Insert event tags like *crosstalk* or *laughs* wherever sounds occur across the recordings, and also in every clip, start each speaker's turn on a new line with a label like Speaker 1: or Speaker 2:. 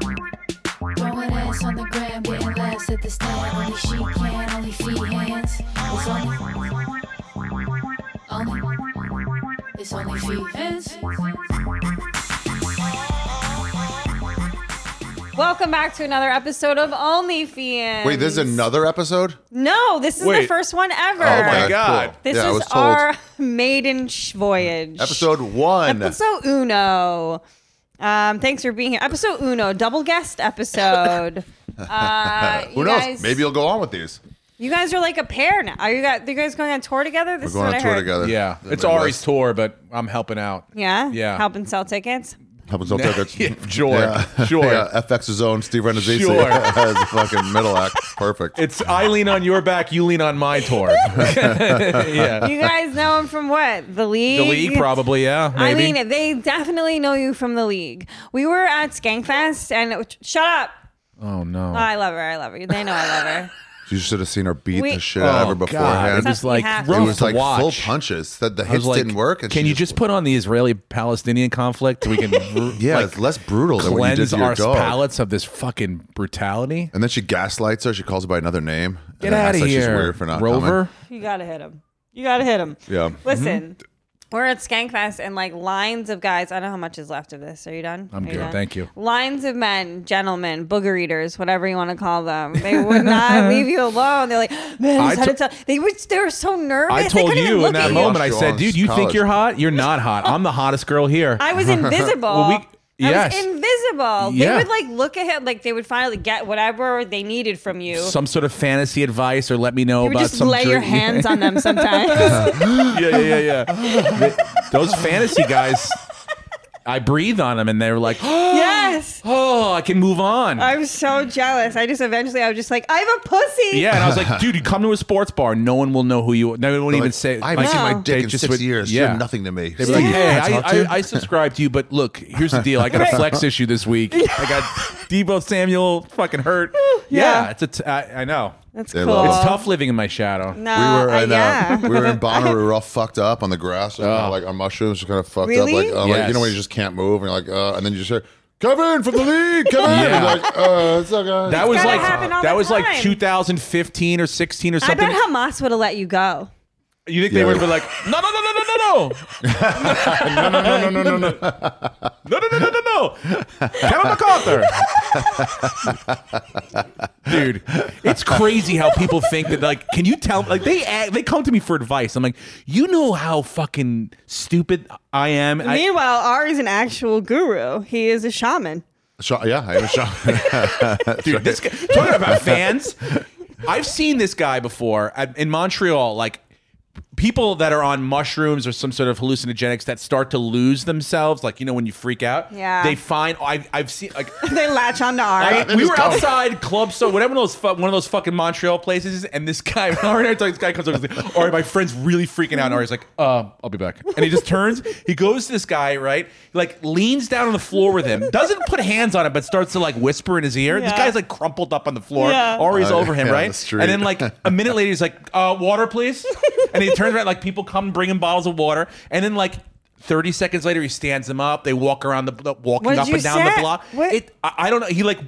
Speaker 1: Throwing ass on the gram, getting laughs at the stand. Only she can, only feet hands. It's only, only, it's only feet hands.
Speaker 2: Welcome back to another episode of Only Fians.
Speaker 3: Wait, this is another episode?
Speaker 2: No, this is the
Speaker 4: Wait.
Speaker 2: first one ever.
Speaker 3: Oh my
Speaker 4: cool.
Speaker 3: god.
Speaker 2: This
Speaker 3: yeah, I
Speaker 2: is
Speaker 3: was told.
Speaker 2: our *laughs* maiden sh- voyage.
Speaker 3: Episode one.
Speaker 2: Episode uno. Um, thanks for being here. Episode uno, double guest
Speaker 3: *laughs*
Speaker 2: episode. Uh, you
Speaker 3: Who knows?
Speaker 2: Guys,
Speaker 3: Maybe you'll go on with these.
Speaker 2: you guys are like a pair now. Are you guys? Are you guys going on tour together? This
Speaker 3: We're
Speaker 2: is
Speaker 3: going
Speaker 2: what
Speaker 3: on
Speaker 2: I
Speaker 3: tour
Speaker 2: heard.
Speaker 3: together.
Speaker 4: Yeah,
Speaker 3: The
Speaker 4: it's Ari's
Speaker 3: Midwest.
Speaker 4: tour, but I'm
Speaker 3: *laughs*
Speaker 4: helping out.
Speaker 2: Yeah.
Speaker 4: Yeah.
Speaker 2: Helping sell tickets.
Speaker 3: Help us out tickets.
Speaker 4: *laughs* Yeah, sure, *laughs* sure.
Speaker 3: Yeah, FX zone, Steve Renazzisi *laughs*
Speaker 4: Sure.
Speaker 3: as a fucking middle act. Perfect.
Speaker 4: It's I lean on your back, you lean on
Speaker 2: *laughs*
Speaker 4: my tour. yeah,
Speaker 2: You guys know him from what? The league.
Speaker 4: the league probably. Yeah, maybe.
Speaker 2: I mean, they definitely know you from the league. We were at Skankfest, and shut up.
Speaker 4: oh
Speaker 2: Oh,
Speaker 4: no.
Speaker 2: I love her. I love her. They know I love
Speaker 4: *laughs*
Speaker 2: her.
Speaker 3: You should have seen her beat
Speaker 2: We-
Speaker 3: the shit out of her
Speaker 4: Oh, God.
Speaker 3: beforehand.
Speaker 4: It was like
Speaker 2: It
Speaker 4: rough
Speaker 3: It was
Speaker 4: to
Speaker 3: like
Speaker 4: watch.
Speaker 3: full punches. That the
Speaker 4: I was
Speaker 3: hits
Speaker 4: like,
Speaker 3: didn't work. and
Speaker 4: Can
Speaker 3: she
Speaker 4: you just put on the Israeli-Palestinian conflict?
Speaker 3: *laughs*
Speaker 4: We can
Speaker 3: yeah,
Speaker 4: like,
Speaker 3: it's less brutal than what you did
Speaker 4: cleanse
Speaker 3: to your
Speaker 4: our
Speaker 3: dog.
Speaker 4: palates of this fucking brutality.
Speaker 3: And then she gaslights her. She calls her by another name. and
Speaker 4: Get
Speaker 3: then
Speaker 4: out
Speaker 3: acts
Speaker 4: of
Speaker 3: like
Speaker 4: here,
Speaker 3: She's weird for not
Speaker 4: Rover.
Speaker 2: You gotta hit him. You gotta hit him.
Speaker 3: Coming. Yeah.
Speaker 2: Listen,
Speaker 4: Mm-hmm.
Speaker 2: we're at Skankfest, and like lines of guys. I don't know how much is left of this. Are you done?
Speaker 4: I'm
Speaker 2: Are
Speaker 4: good,
Speaker 2: done?
Speaker 4: thank you.
Speaker 2: Lines of men, gentlemen, booger eaters, whatever you want to call them. They would
Speaker 4: *laughs*
Speaker 2: not leave you alone. They're like, *gasps* man, I
Speaker 4: I
Speaker 2: just had
Speaker 4: to-
Speaker 2: to tell-" They were they were so nervous.
Speaker 4: I
Speaker 2: They
Speaker 4: told
Speaker 2: couldn't even
Speaker 4: you
Speaker 2: look
Speaker 4: in
Speaker 2: at
Speaker 4: that
Speaker 2: you.
Speaker 4: moment. I said,
Speaker 3: Lost your
Speaker 4: "Dude, you think
Speaker 3: college.
Speaker 4: you're hot? You're not hot. I'm the hottest girl here."
Speaker 2: I was invisible.
Speaker 4: *laughs* Well, we-
Speaker 2: I
Speaker 4: yes.
Speaker 2: was invisible. They
Speaker 4: Yeah.
Speaker 2: would like look at him, like they would finally get whatever they needed from you.
Speaker 4: some sort of fantasy advice, or let me know
Speaker 2: you would
Speaker 4: about
Speaker 2: just
Speaker 4: some. Uh-huh.
Speaker 2: lay your
Speaker 4: drink-
Speaker 2: hands on them sometimes.
Speaker 4: *laughs* yeah, yeah, yeah, yeah. Th- Those fantasy guys, I breathe on them, and they're like,
Speaker 2: *laughs*
Speaker 4: *gasps*
Speaker 2: yes.
Speaker 4: "Oh, I can move on."
Speaker 2: I was so jealous. I just eventually I was just like, I have a pussy.
Speaker 4: yeah, and I was like, "Dude, you come to a sports bar, no one will know who you. are. No one will even
Speaker 3: Like,
Speaker 4: say.
Speaker 3: I haven't
Speaker 4: like,
Speaker 3: seen my
Speaker 2: No.
Speaker 4: they
Speaker 3: dick in
Speaker 4: just
Speaker 3: six
Speaker 4: would-
Speaker 3: years.
Speaker 4: Yeah.
Speaker 3: You're nothing to me.
Speaker 4: They'd be like,
Speaker 3: Yeah.
Speaker 4: hey, I,
Speaker 3: Talk to you.
Speaker 4: I, I subscribe to you, but look, here's the deal.
Speaker 2: *laughs*
Speaker 4: I got a flex issue this week. I got Debo Samuel fucking hurt.
Speaker 2: Yeah.
Speaker 4: Yeah, it's a t- I, I know.
Speaker 2: That's
Speaker 3: They
Speaker 2: cool.
Speaker 3: love it.
Speaker 4: It's tough living in my shadow.
Speaker 2: No,
Speaker 3: we were
Speaker 2: uh,
Speaker 3: in, uh,
Speaker 2: yeah.
Speaker 3: we
Speaker 2: *laughs*
Speaker 3: were in Bonner. We were all fucked up on the grass, like, kinda like on mushrooms, just kind of fucked
Speaker 2: Really?
Speaker 3: up. Like, uh, like, you know when
Speaker 4: Yes.
Speaker 3: you just can't move, and you're like, uh, and then you just hear Kevin from the league, Kevin.
Speaker 4: Yeah.
Speaker 3: And you're like, uh, it's okay.
Speaker 4: That was
Speaker 2: gotta
Speaker 4: like
Speaker 2: happen all
Speaker 4: that
Speaker 2: the
Speaker 4: was
Speaker 2: time.
Speaker 4: like 2015 or 16 or
Speaker 2: I
Speaker 4: something.
Speaker 2: bet Hamas would have let you go.
Speaker 4: you think they
Speaker 3: Yeah.
Speaker 4: would have been like, no, no, no, no, no, no,
Speaker 3: no, no, no, no, no. *laughs*
Speaker 4: no, no, no, no, no, no, Kevin MacArthur. Dude, it's crazy how people think that. Like, can you tell? Like, they act, they come to me for advice. I'm like, you know how fucking stupid I am. I,
Speaker 2: Meanwhile, Ari's an actual guru. He is a shaman. *laughs*
Speaker 3: Sho- yeah, I am shocked.
Speaker 4: *laughs* dude. This guy, talking about fans. I've seen this guy before at, in Montreal. Like people that are on mushrooms or some sort of hallucinogenics that start to lose themselves. Like you know when you freak out.
Speaker 2: Yeah.
Speaker 4: They find I've, I've seen like.
Speaker 2: They latch onto Ari.
Speaker 4: we
Speaker 3: just
Speaker 4: were
Speaker 3: don't.
Speaker 4: outside club so whatever those fu- one of those fucking Montreal places and this guy *laughs* Ari and I are talking, this guy comes over and like, Ari my friend's really freaking out and Ari's like uh I'll be back and he just turns he goes to this guy right like leans down on the floor with him doesn't put hands on him but starts to like whisper in his ear this
Speaker 2: Yeah.
Speaker 4: guy's like crumpled up on the floor
Speaker 2: Yeah.
Speaker 4: Ari's
Speaker 3: Oh,
Speaker 4: over him
Speaker 3: yeah, on
Speaker 4: right
Speaker 3: the street.
Speaker 4: and then like a minute later he's like uh water please and he turns around like people come bring him bottles of water and then like 30 seconds later he stands him up they walk around the the- walking
Speaker 2: What did
Speaker 4: up
Speaker 2: you
Speaker 4: and down
Speaker 2: say?
Speaker 4: the block
Speaker 2: What-
Speaker 4: it I, I don't know. He like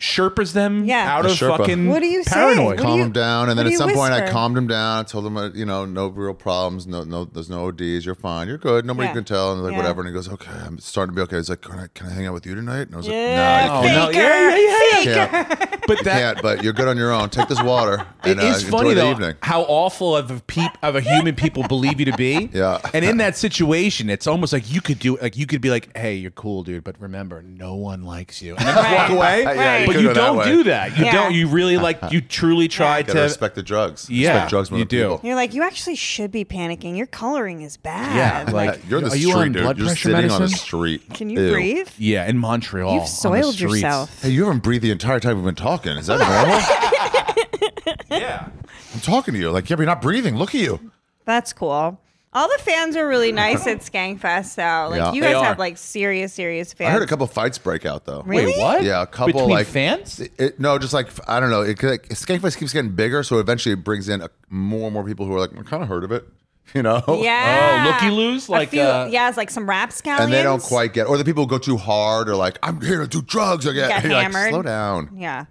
Speaker 4: sherpers them
Speaker 2: Yeah.
Speaker 4: out
Speaker 3: A
Speaker 4: of
Speaker 3: Sherpa.
Speaker 4: fucking
Speaker 2: What do you say?
Speaker 4: paranoid.
Speaker 2: What do
Speaker 3: Calm
Speaker 2: you-
Speaker 3: him down, and then
Speaker 2: what do
Speaker 3: at some
Speaker 2: you
Speaker 3: point I
Speaker 2: whisper?
Speaker 3: calmed him down. I told him, uh, you know, no real problems, no, no, there's no ODs. You're fine. You're good. Nobody
Speaker 2: Yeah.
Speaker 3: can tell. And like
Speaker 2: Yeah.
Speaker 3: whatever. And he goes, okay, I'm starting to be okay. He's like, can I, can I hang out with you tonight? And I was like,
Speaker 2: Yeah,
Speaker 3: no, you
Speaker 4: no,
Speaker 2: faker,
Speaker 4: yeah, yeah, yeah,
Speaker 2: faker.
Speaker 3: can't. can't.
Speaker 4: But that
Speaker 3: can't, but you're good on your own. Take this water
Speaker 4: it
Speaker 3: and uh,
Speaker 4: is funny
Speaker 3: enjoy the
Speaker 4: though
Speaker 3: evening.
Speaker 4: how awful of a peep of a human people believe you to be.
Speaker 3: *laughs* Yeah.
Speaker 4: And in that situation, it's almost like you could do like you could be like, "Hey, you're cool, dude," but remember, no one likes you. And then just
Speaker 2: Right.
Speaker 4: walk away.
Speaker 2: Yeah, you
Speaker 4: but
Speaker 3: could
Speaker 4: you
Speaker 3: go that
Speaker 4: don't
Speaker 3: way.
Speaker 4: do that. You
Speaker 2: Yeah.
Speaker 4: don't. You really like. You truly try
Speaker 3: Gotta
Speaker 4: to.
Speaker 3: respect the drugs.
Speaker 4: Yeah,
Speaker 3: respect drugs more
Speaker 4: you
Speaker 3: than
Speaker 4: do.
Speaker 3: people.
Speaker 2: You're like, you actually should be panicking. Your coloring is bad.
Speaker 4: Yeah, like
Speaker 3: You're in the
Speaker 4: are
Speaker 3: street,
Speaker 4: you on
Speaker 3: dude.
Speaker 4: blood
Speaker 3: you're
Speaker 4: pressure
Speaker 3: sitting on the
Speaker 4: medicine?
Speaker 3: street.
Speaker 2: Can you
Speaker 3: Ew.
Speaker 2: breathe?
Speaker 4: Yeah, in Montreal, on
Speaker 2: You've
Speaker 4: the
Speaker 2: soiled
Speaker 4: streets.
Speaker 2: yourself.
Speaker 3: Hey, you haven't breathed the entire time we've been talking. Is that
Speaker 2: *laughs*
Speaker 3: normal?
Speaker 4: Yeah.
Speaker 3: I'm talking to you. Like, yeah, but you're not breathing. Look at you.
Speaker 2: That's cool. All the fans are really nice
Speaker 3: *laughs*
Speaker 2: at Skankfest, though. Like
Speaker 3: Yeah.
Speaker 2: you
Speaker 4: They
Speaker 2: guys
Speaker 4: are.
Speaker 2: have like serious, serious fans.
Speaker 3: I heard a couple fights break out though.
Speaker 2: Really?
Speaker 4: Wait, what?
Speaker 3: Yeah, a couple
Speaker 4: Between
Speaker 3: like
Speaker 4: fans.
Speaker 3: It, it- no, just like I don't know. It, *laughs* like, Skankfest keeps getting bigger, so eventually it brings in a, more and more people who are like, I'm kind of heard of it. you know?
Speaker 2: Yeah.
Speaker 4: looky-loos?
Speaker 2: A
Speaker 4: Oh, Like,
Speaker 2: few-
Speaker 4: uh,
Speaker 2: yeah, it's like some rap scallions.
Speaker 3: And they don't quite get, or the people who go too hard, or like, I'm here to do drugs. I get,
Speaker 2: Get
Speaker 3: *laughs* you're like,
Speaker 2: hammered.
Speaker 3: slow down.
Speaker 2: Yeah.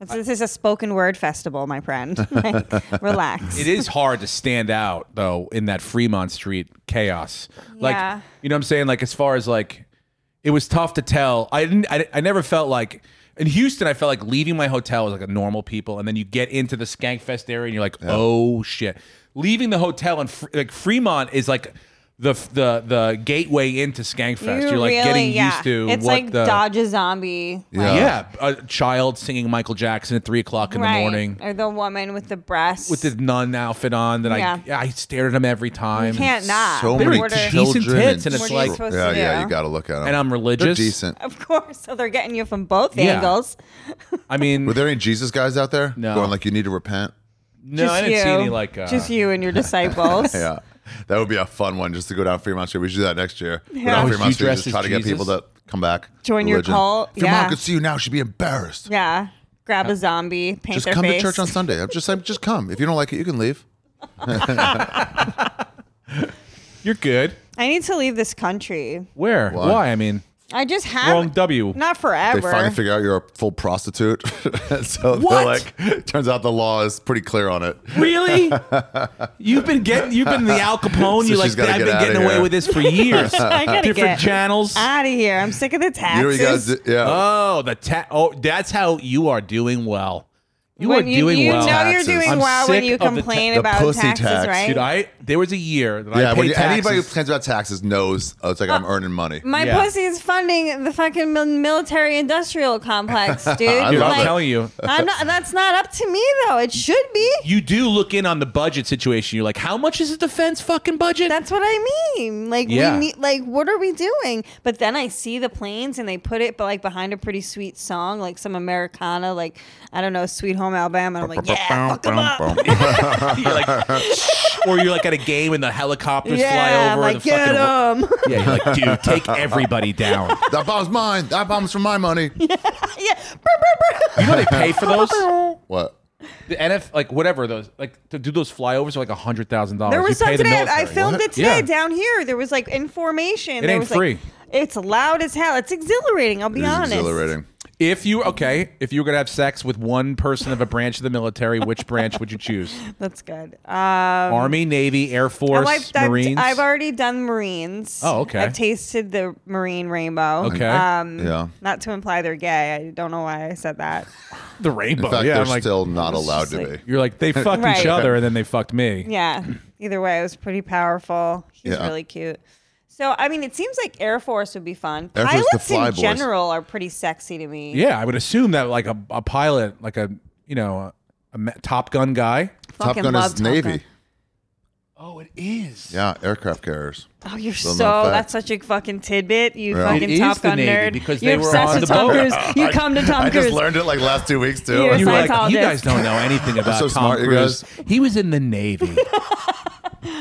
Speaker 2: It's- This is a spoken word festival, my friend.
Speaker 3: *laughs*
Speaker 2: Like, relax.
Speaker 4: It is hard to stand out though in that Fremont Street chaos.
Speaker 2: Yeah.
Speaker 4: Like you know what I'm saying? Like as far as like it was tough to tell. I didn't I, I never felt like in Houston I felt like leaving my hotel was like a normal people and then you get into the Skankfest area and you're like, "Oh shit." Leaving the hotel and like Fremont is like the the the gateway into Skankfest.
Speaker 2: You
Speaker 4: are like
Speaker 2: really-
Speaker 4: getting
Speaker 2: yeah.
Speaker 4: used to
Speaker 2: It's
Speaker 4: what
Speaker 2: like
Speaker 4: the
Speaker 2: Dodge a zombie. like,
Speaker 4: yeah, a child singing Michael Jackson at three o'clock in
Speaker 2: right.
Speaker 4: the morning
Speaker 2: Or the woman with the breasts.
Speaker 4: with the nun outfit on that
Speaker 2: Yeah.
Speaker 4: I I stared at him every time.
Speaker 2: You can't not.
Speaker 3: So
Speaker 2: But
Speaker 3: many
Speaker 2: order-
Speaker 4: decent
Speaker 3: children
Speaker 4: tits, and it's Oh.
Speaker 2: What are you like- supposed
Speaker 3: yeah,
Speaker 2: to
Speaker 3: yeah,
Speaker 2: do?
Speaker 3: you got to look at them.
Speaker 4: And I'm
Speaker 3: They're
Speaker 4: religious.
Speaker 3: decent.
Speaker 2: Of course. So they're getting you from both
Speaker 4: Yeah.
Speaker 2: angles.
Speaker 4: I mean,
Speaker 3: Were there any Jesus guys out there
Speaker 4: No.
Speaker 3: going like, you need to repent?
Speaker 4: no, I didn't
Speaker 2: you.
Speaker 4: see any like. Uh,
Speaker 2: just you and your disciples.
Speaker 3: *laughs* Yeah, that would be a fun one just to go down Fremont Street. We should do that next year. Go
Speaker 2: Oh, is
Speaker 3: down
Speaker 4: you
Speaker 3: Fremont Street,
Speaker 4: dressed
Speaker 3: just
Speaker 4: as
Speaker 3: try to get
Speaker 4: Jesus?
Speaker 3: people to come back.
Speaker 2: Join your
Speaker 3: Religion.
Speaker 2: cult,
Speaker 3: If your
Speaker 2: yeah.
Speaker 3: mom could see you now, she'd be embarrassed.
Speaker 2: Yeah. Grab a zombie, paint
Speaker 3: Uh, Just
Speaker 2: their
Speaker 3: come
Speaker 2: face.
Speaker 3: to church on Sunday. I'm just, I'm just come. If you don't like it, you can leave.
Speaker 4: You're good.
Speaker 2: I need to leave this country.
Speaker 4: Where? Why?
Speaker 3: Why?
Speaker 4: I mean,
Speaker 2: I just have
Speaker 4: wrong W.
Speaker 2: not
Speaker 3: They
Speaker 2: forever.
Speaker 3: finally figure out you're a full prostitute. *laughs* so
Speaker 4: What?
Speaker 3: they're like, turns out the law is pretty clear on it.
Speaker 4: really? *laughs* You've been getting. You've been the Al
Speaker 3: So
Speaker 4: Capone. you
Speaker 3: she's
Speaker 4: like.
Speaker 3: gotta
Speaker 4: I've
Speaker 3: get
Speaker 4: been
Speaker 3: outta
Speaker 4: getting away
Speaker 3: here.
Speaker 4: with this for
Speaker 2: *laughs*
Speaker 4: years.
Speaker 2: I gotta
Speaker 4: Different
Speaker 2: get
Speaker 4: channels.
Speaker 2: out of here. I'm sick of the taxes.
Speaker 3: You know what you guys do? Yeah.
Speaker 4: oh, the ta- Oh, that's how you are doing well. You
Speaker 2: When
Speaker 4: are doing
Speaker 2: you
Speaker 4: well.
Speaker 2: know
Speaker 3: Taxes.
Speaker 2: you're doing
Speaker 4: I'm
Speaker 2: well when
Speaker 4: sick
Speaker 2: you
Speaker 4: of the ta-
Speaker 2: complain
Speaker 3: the
Speaker 2: about
Speaker 3: pussy
Speaker 2: taxes,
Speaker 3: tax,
Speaker 2: right?
Speaker 4: Dude, I there was a year that I
Speaker 3: yeah,
Speaker 4: paid
Speaker 3: when you, anybody who
Speaker 4: taxes.
Speaker 3: complains about taxes knows oh, it's like I'm earning money.
Speaker 2: My
Speaker 4: Yeah.
Speaker 2: pussy is funding the fucking mil- military-industrial complex,
Speaker 3: *laughs*
Speaker 2: dude.
Speaker 4: Dude,
Speaker 3: love
Speaker 4: I'm
Speaker 3: it.
Speaker 4: telling you,
Speaker 2: I'm not, that's not up to me though. It should be.
Speaker 4: you do look in on the budget situation. You're like, how much is the defense fucking budget?
Speaker 2: That's what I mean. Like
Speaker 4: Yeah.
Speaker 2: we need. Like what are we doing? But then I see the planes and they put it, but like behind a pretty sweet song, like some Americana, like I don't know, Sweet Home Alabama. And I'm like, yeah, fuck 'em up.
Speaker 4: *laughs* you're like, or you're like at a game and the helicopters
Speaker 2: Yeah,
Speaker 4: fly
Speaker 2: I'm
Speaker 4: over.
Speaker 2: like
Speaker 4: and the fucking,
Speaker 2: get them. *laughs*
Speaker 4: Yeah, you're like, dude, take everybody down.
Speaker 3: that bomb's mine. That bomb's from my money.
Speaker 2: *laughs* yeah. Brr, brr, brr.
Speaker 4: You know they pay for those.
Speaker 3: What?
Speaker 4: The NF, like whatever those, like to do those flyovers are like a hundred thousand dollars.
Speaker 2: There was some today. I filmed
Speaker 3: What?
Speaker 2: it today
Speaker 4: Yeah.
Speaker 2: down here. There was like information.
Speaker 4: It
Speaker 2: there
Speaker 4: ain't
Speaker 2: was
Speaker 4: free.
Speaker 2: Like, it's loud as hell. It's exhilarating. I'll be
Speaker 3: It is
Speaker 2: honest.
Speaker 3: exhilarating.
Speaker 4: If you okay, if you were gonna have sex with one person of a branch of the military, which branch would you choose?
Speaker 2: That's good. *laughs* Um,
Speaker 4: Army, Navy, Air Force,
Speaker 2: I've, I've-
Speaker 4: Marines.
Speaker 2: I've already done Marines.
Speaker 4: Oh, okay.
Speaker 2: I've tasted the Marine rainbow.
Speaker 4: Okay.
Speaker 2: Um,
Speaker 3: Yeah.
Speaker 2: Not to imply they're gay. I don't know why I said that.
Speaker 4: the rainbow.
Speaker 3: In fact,
Speaker 4: yeah,
Speaker 3: they're
Speaker 4: I'm like,
Speaker 3: still not allowed to
Speaker 2: just like-
Speaker 3: be. *laughs*
Speaker 4: You're like they fucked each
Speaker 2: Right.
Speaker 4: other and then they fucked me.
Speaker 2: Yeah. Either way, it was pretty powerful. He's
Speaker 3: Yeah.
Speaker 2: really cute. So I mean, it seems like Air Force would be fun.
Speaker 3: Air Force, the
Speaker 2: Pilots
Speaker 3: fly
Speaker 2: in
Speaker 3: boys.
Speaker 2: general are pretty sexy to me.
Speaker 4: Yeah, I would assume that like a, a pilot, like a you know a, a ma- Top Gun guy.
Speaker 3: Top
Speaker 2: Fucking
Speaker 3: Gun
Speaker 2: love
Speaker 3: is Navy.
Speaker 2: Gun.
Speaker 4: Oh, it is.
Speaker 3: Yeah, aircraft carriers.
Speaker 2: Oh, you're
Speaker 3: Little known
Speaker 2: so
Speaker 3: fact.
Speaker 2: that's such a fucking tidbit. You
Speaker 3: Yeah.
Speaker 2: fucking
Speaker 4: It
Speaker 2: Top
Speaker 4: is the
Speaker 2: Gun
Speaker 4: Navy
Speaker 2: nerd.
Speaker 4: because
Speaker 2: you're
Speaker 4: they were
Speaker 2: obsessed
Speaker 4: on
Speaker 2: with
Speaker 4: the
Speaker 2: Tom
Speaker 4: boat.
Speaker 2: Cruise. You come to Tom
Speaker 3: *laughs* I
Speaker 2: Cruise.
Speaker 3: just learned it like last two weeks too.
Speaker 2: You're
Speaker 4: You,
Speaker 2: a
Speaker 4: were like, you
Speaker 2: Scientologist.
Speaker 4: guys don't
Speaker 3: *laughs*
Speaker 4: know anything about
Speaker 3: so
Speaker 4: Tom
Speaker 3: smart, you
Speaker 4: Cruise.
Speaker 3: guys.
Speaker 4: He was in
Speaker 2: *laughs*
Speaker 4: the Navy.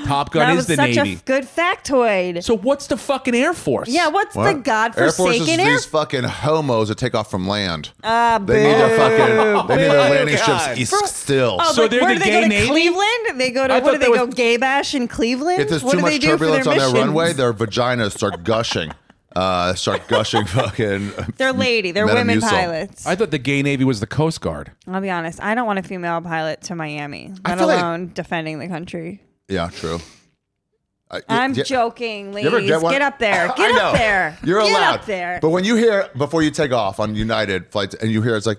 Speaker 4: Top Gun
Speaker 2: that
Speaker 4: is
Speaker 2: was
Speaker 4: the
Speaker 2: such
Speaker 4: Navy.
Speaker 2: a good factoid.
Speaker 4: so what's the fucking Air Force?
Speaker 2: yeah, what's the
Speaker 3: What? Air Force is
Speaker 2: godforsaken Air
Speaker 3: these fucking homos that take off from land.
Speaker 2: Ah,
Speaker 3: they need their fucking they need their
Speaker 4: boo.
Speaker 3: landing
Speaker 4: God.
Speaker 3: ships east still.
Speaker 2: Oh,
Speaker 4: So
Speaker 2: like,
Speaker 4: they're
Speaker 2: where
Speaker 4: the
Speaker 2: do they
Speaker 4: gay
Speaker 2: go to
Speaker 4: Navy?
Speaker 2: Cleveland? They go to
Speaker 4: I
Speaker 2: what do
Speaker 4: thought
Speaker 2: they
Speaker 4: that
Speaker 2: go
Speaker 4: was-
Speaker 2: gay bash in Cleveland?
Speaker 3: if there's
Speaker 2: what
Speaker 3: too
Speaker 2: do
Speaker 3: much
Speaker 2: they do for
Speaker 3: turbulence
Speaker 2: their
Speaker 3: on their
Speaker 2: missions?
Speaker 3: runway, their vaginas start gushing. Uh, start gushing *laughs* fucking.
Speaker 2: They're lady. They're women
Speaker 3: Metamucil.
Speaker 2: pilots.
Speaker 4: I thought the gay Navy was the Coast Guard.
Speaker 2: I'll be honest. I don't want a female pilot to Miami,
Speaker 3: I
Speaker 2: let
Speaker 3: feel like-
Speaker 2: alone defending the country.
Speaker 3: Yeah, true. I,
Speaker 2: I'm
Speaker 3: yeah.
Speaker 2: joking,
Speaker 3: You ever
Speaker 2: ladies.
Speaker 3: one-
Speaker 2: Get up there.
Speaker 3: *laughs* I
Speaker 2: Get
Speaker 3: know.
Speaker 2: up there.
Speaker 3: You're
Speaker 2: Get
Speaker 3: allowed.
Speaker 2: up there.
Speaker 3: But when you hear before you take off on United flights, and you hear it's like,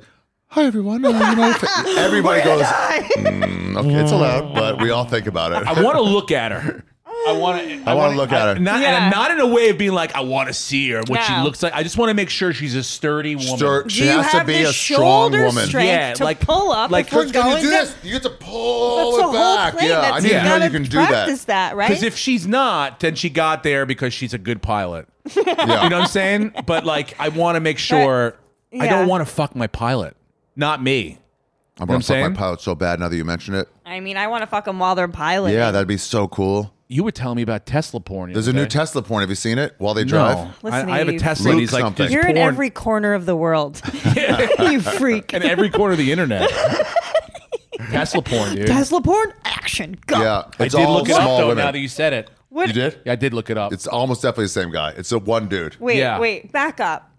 Speaker 3: "Hi everyone," uh, United
Speaker 2: *laughs*
Speaker 3: fl-" everybody goes, "Mm, "Okay, it's allowed," but we all think about it.
Speaker 4: I want to look at her.
Speaker 3: *laughs*
Speaker 4: I want to.
Speaker 3: I wanna look at her.
Speaker 4: Not,
Speaker 2: Yeah.
Speaker 4: and not in a way of being like, I want to see her, what she
Speaker 2: No.
Speaker 4: looks like. I just want to make sure she's a sturdy woman.
Speaker 3: Stir-
Speaker 2: do
Speaker 3: she
Speaker 2: you
Speaker 3: has
Speaker 2: have
Speaker 3: to be
Speaker 2: the
Speaker 3: a strong
Speaker 2: shoulder
Speaker 3: woman.
Speaker 2: strength
Speaker 4: Yeah,
Speaker 2: to
Speaker 4: like-
Speaker 2: pull up
Speaker 4: like-
Speaker 2: if we're
Speaker 3: Chris, can
Speaker 2: going
Speaker 3: you do
Speaker 2: to-
Speaker 3: this? You get to pull
Speaker 2: That's the
Speaker 3: it
Speaker 2: whole
Speaker 3: back.
Speaker 2: plane.
Speaker 3: Yeah, I
Speaker 2: That's
Speaker 3: need
Speaker 2: you
Speaker 3: to know
Speaker 2: gotta
Speaker 3: you can do
Speaker 2: practice
Speaker 3: that.
Speaker 2: that, right?
Speaker 4: Because if she's not, then she got there because she's a good pilot. You know what I'm saying? But like, I want to make sure I
Speaker 2: yeah.
Speaker 4: don't want to fuck my pilot, not me.
Speaker 3: I'm
Speaker 4: I'm
Speaker 3: gonna fuck
Speaker 4: saying?
Speaker 3: my pilot so bad now that you mention it.
Speaker 2: I mean, I want to fuck them while they're piloting.
Speaker 3: Yeah, that'd be so cool.
Speaker 4: You were telling me about Tesla porn. the
Speaker 3: There's a
Speaker 4: other
Speaker 3: new
Speaker 4: day.
Speaker 3: Tesla porn. Have you seen it? While they drive.
Speaker 4: No,
Speaker 2: Listen
Speaker 4: I,
Speaker 2: to
Speaker 4: I have a
Speaker 2: you.
Speaker 4: Tesla. and
Speaker 3: Luke
Speaker 4: He's like,
Speaker 3: something.
Speaker 4: there's
Speaker 2: You're in
Speaker 4: porn *laughs*
Speaker 2: every corner of the world. you freak. *laughs*
Speaker 4: in every corner of the internet. Tesla porn, dude.
Speaker 2: Tesla porn action. Go.
Speaker 3: Yeah,
Speaker 4: I
Speaker 3: it's
Speaker 4: did
Speaker 3: all
Speaker 4: look it up
Speaker 3: small
Speaker 4: though.
Speaker 3: women.
Speaker 4: Now that you said it,
Speaker 2: What-
Speaker 3: you did?
Speaker 4: yeah, I did look it up.
Speaker 3: It's almost definitely the same guy. It's a one dude.
Speaker 2: Wait,
Speaker 4: Yeah.
Speaker 2: wait, back up.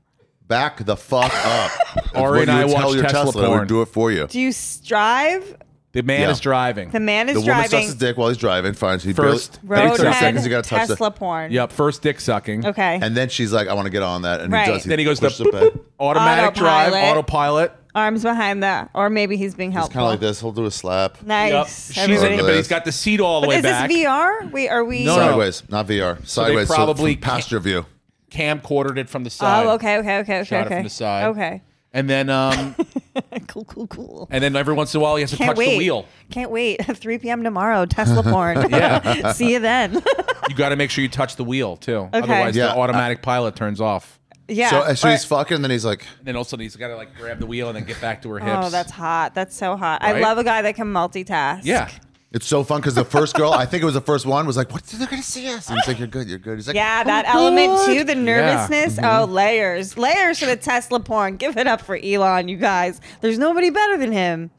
Speaker 3: Back the fuck
Speaker 4: *laughs*
Speaker 3: up. It's
Speaker 4: Ari
Speaker 3: what
Speaker 4: and
Speaker 3: you
Speaker 4: I
Speaker 3: would
Speaker 4: watch Tesla
Speaker 3: it would
Speaker 4: porn.
Speaker 3: do it for you.
Speaker 2: Do you s- drive?
Speaker 4: the man
Speaker 3: Yeah.
Speaker 4: is driving.
Speaker 2: The man is
Speaker 3: The woman sucks
Speaker 2: driving.
Speaker 3: his dick while he's driving. Fine. He
Speaker 4: First,
Speaker 3: barely,
Speaker 4: Roadhead,
Speaker 3: 30 seconds. You got to touch the-
Speaker 2: Tesla porn.
Speaker 4: yep, first dick sucking.
Speaker 2: Okay.
Speaker 3: And then she's like, I want to get on that. And
Speaker 2: Right.
Speaker 3: he does.
Speaker 4: Then he goes to
Speaker 3: pushes it back.
Speaker 4: automatic drive,
Speaker 2: Autopilot.
Speaker 4: autopilot.
Speaker 2: Arms behind that, or maybe he's being
Speaker 3: It's
Speaker 2: helpful.
Speaker 3: kind of like this. He'll do a slap.
Speaker 4: Yep.
Speaker 2: Nice.
Speaker 4: She's
Speaker 2: Everybody-
Speaker 4: in it, but he's got the seat all the
Speaker 2: But
Speaker 4: way
Speaker 2: is this
Speaker 4: back.
Speaker 2: VR? Wait, are we?
Speaker 4: No, no.
Speaker 3: Sideways, not VR. Sideways. So
Speaker 4: probably
Speaker 3: probably
Speaker 4: can't-
Speaker 3: pasture view.
Speaker 4: Camcordered it from the side.
Speaker 2: Oh, okay, okay, okay, okay,
Speaker 4: Shot it
Speaker 2: okay.
Speaker 4: from the side.
Speaker 2: Okay. *laughs*
Speaker 4: And then, um,
Speaker 2: Cool, cool, cool.
Speaker 4: and then every once in a while he has to
Speaker 2: Can't
Speaker 4: touch
Speaker 2: wait.
Speaker 4: the wheel.
Speaker 2: Can't wait. *laughs* 3 p.m. tomorrow. Tesla porn.
Speaker 4: *laughs*
Speaker 2: *laughs*
Speaker 4: Yeah.
Speaker 2: See you then.
Speaker 4: You got to make sure you touch the wheel too, otherwise
Speaker 3: Yeah.
Speaker 4: the automatic pilot turns off.
Speaker 2: yeah.
Speaker 3: So, so
Speaker 2: Or-
Speaker 3: he's fucking, and then he's like,
Speaker 4: And then all of a sudden he's got to like grab the wheel and then get back to her hips.
Speaker 2: oh, that's hot. That's so hot. I
Speaker 4: Right?
Speaker 2: love a guy that can multitask.
Speaker 4: yeah.
Speaker 3: it's so fun because the first girl, I think it was the first one, was like, what? They're going to see us. And he's like, you're good, you're good. He's like,
Speaker 2: Yeah,
Speaker 3: "Oh
Speaker 2: that
Speaker 3: my
Speaker 2: element
Speaker 3: God."
Speaker 2: too, the nervousness. Oh, layers. Layers to the Tesla porn. Give it up for Elon, you guys. There's nobody better than him.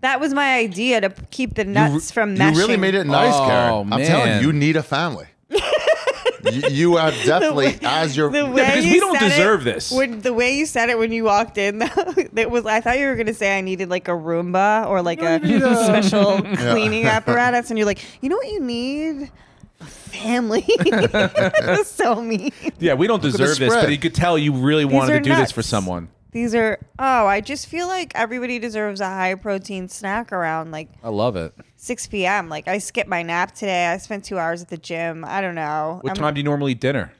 Speaker 2: That was my idea to keep the nuts from meshing.
Speaker 3: You really made it nice,
Speaker 4: Oh,
Speaker 3: Karen. I'm telling
Speaker 4: man.
Speaker 3: you, you need
Speaker 2: *laughs*
Speaker 3: a family. you, you have definitely, as your,
Speaker 2: The way
Speaker 4: because
Speaker 2: you
Speaker 4: we don't
Speaker 2: said it-
Speaker 4: deserve this.
Speaker 2: When, the way you said it when you walked in, *laughs* though, it was. I thought you were going to say I needed like a Roomba or like a *laughs* special cleaning apparatus, and you're like, you know what you need. A Family, *laughs* It was so mean.
Speaker 4: Yeah, we don't
Speaker 3: at the
Speaker 4: deserve this, but
Speaker 3: spread.
Speaker 4: you could tell you really wanted
Speaker 2: are
Speaker 4: to do
Speaker 2: nuts.
Speaker 4: this for someone.
Speaker 2: These are oh, I just feel like everybody deserves a high protein snack around like
Speaker 4: I love it.
Speaker 2: 6 p.m. Like I skipped my nap today. I spent two hours at the gym. I don't know.
Speaker 4: What
Speaker 2: I'm-
Speaker 4: time do you normally eat dinner?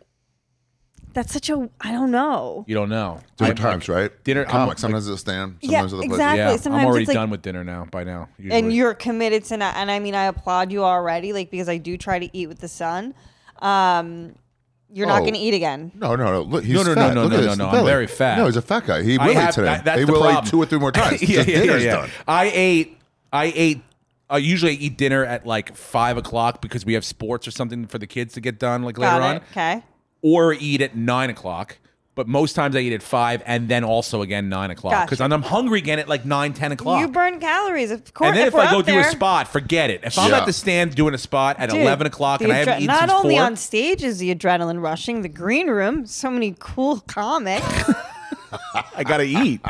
Speaker 2: That's such a I don't know.
Speaker 4: You don't know.
Speaker 3: different
Speaker 4: I'm-
Speaker 3: times, right?
Speaker 4: Dinner- uh,
Speaker 3: Comic.
Speaker 4: I'm-
Speaker 3: Sometimes it'll stand. Sometimes it'll
Speaker 2: exactly.
Speaker 4: Yeah,
Speaker 2: Sometimes
Speaker 4: I'm already
Speaker 2: it's like-
Speaker 4: done with dinner now. By now, usually.
Speaker 2: and you're committed to not and i mean i applaud you already like because i do try to eat with the sun um you're not
Speaker 3: Oh.
Speaker 2: gonna eat again
Speaker 3: No, no, no. Look, he's
Speaker 4: No, no, no,
Speaker 3: fat.
Speaker 4: no,
Speaker 3: Look
Speaker 4: no,
Speaker 3: at
Speaker 4: no,
Speaker 3: his
Speaker 4: no. I'm
Speaker 3: belly.
Speaker 4: very fat.
Speaker 3: No, he's a fat guy. He
Speaker 4: I
Speaker 3: will eat
Speaker 4: have-
Speaker 3: today.
Speaker 4: that- that's
Speaker 3: he
Speaker 4: the
Speaker 3: will
Speaker 4: problem.
Speaker 3: eat two or
Speaker 4: *laughs*
Speaker 3: three more times.
Speaker 4: yeah,
Speaker 3: Just
Speaker 4: yeah, yeah,
Speaker 3: dinner's
Speaker 4: yeah.
Speaker 3: done.
Speaker 4: I ate. I ate. I usually eat dinner at like five o'clock because we have sports or something for the kids to get done like later
Speaker 2: Got
Speaker 4: on,
Speaker 2: it. okay
Speaker 4: or eat at nine o'clock. But most times I eat at five and then also again nine o'clock because
Speaker 2: Gotcha.
Speaker 4: I'm hungry again at like nine ten o'clock.
Speaker 2: you burn calories of course
Speaker 4: and then
Speaker 2: if,
Speaker 4: if
Speaker 2: we're
Speaker 4: I go
Speaker 2: up
Speaker 4: do
Speaker 2: there,
Speaker 4: a spot, forget it. If I'm
Speaker 3: Yeah.
Speaker 4: at the stand doing a spot at
Speaker 2: dude,
Speaker 4: eleven o'clock
Speaker 2: the
Speaker 4: and I haven't
Speaker 2: adre-
Speaker 4: eaten
Speaker 2: not
Speaker 4: since
Speaker 2: only
Speaker 4: four,
Speaker 2: on stage is the adrenaline rushing the green room so many cool comics *laughs*
Speaker 4: I gotta eat.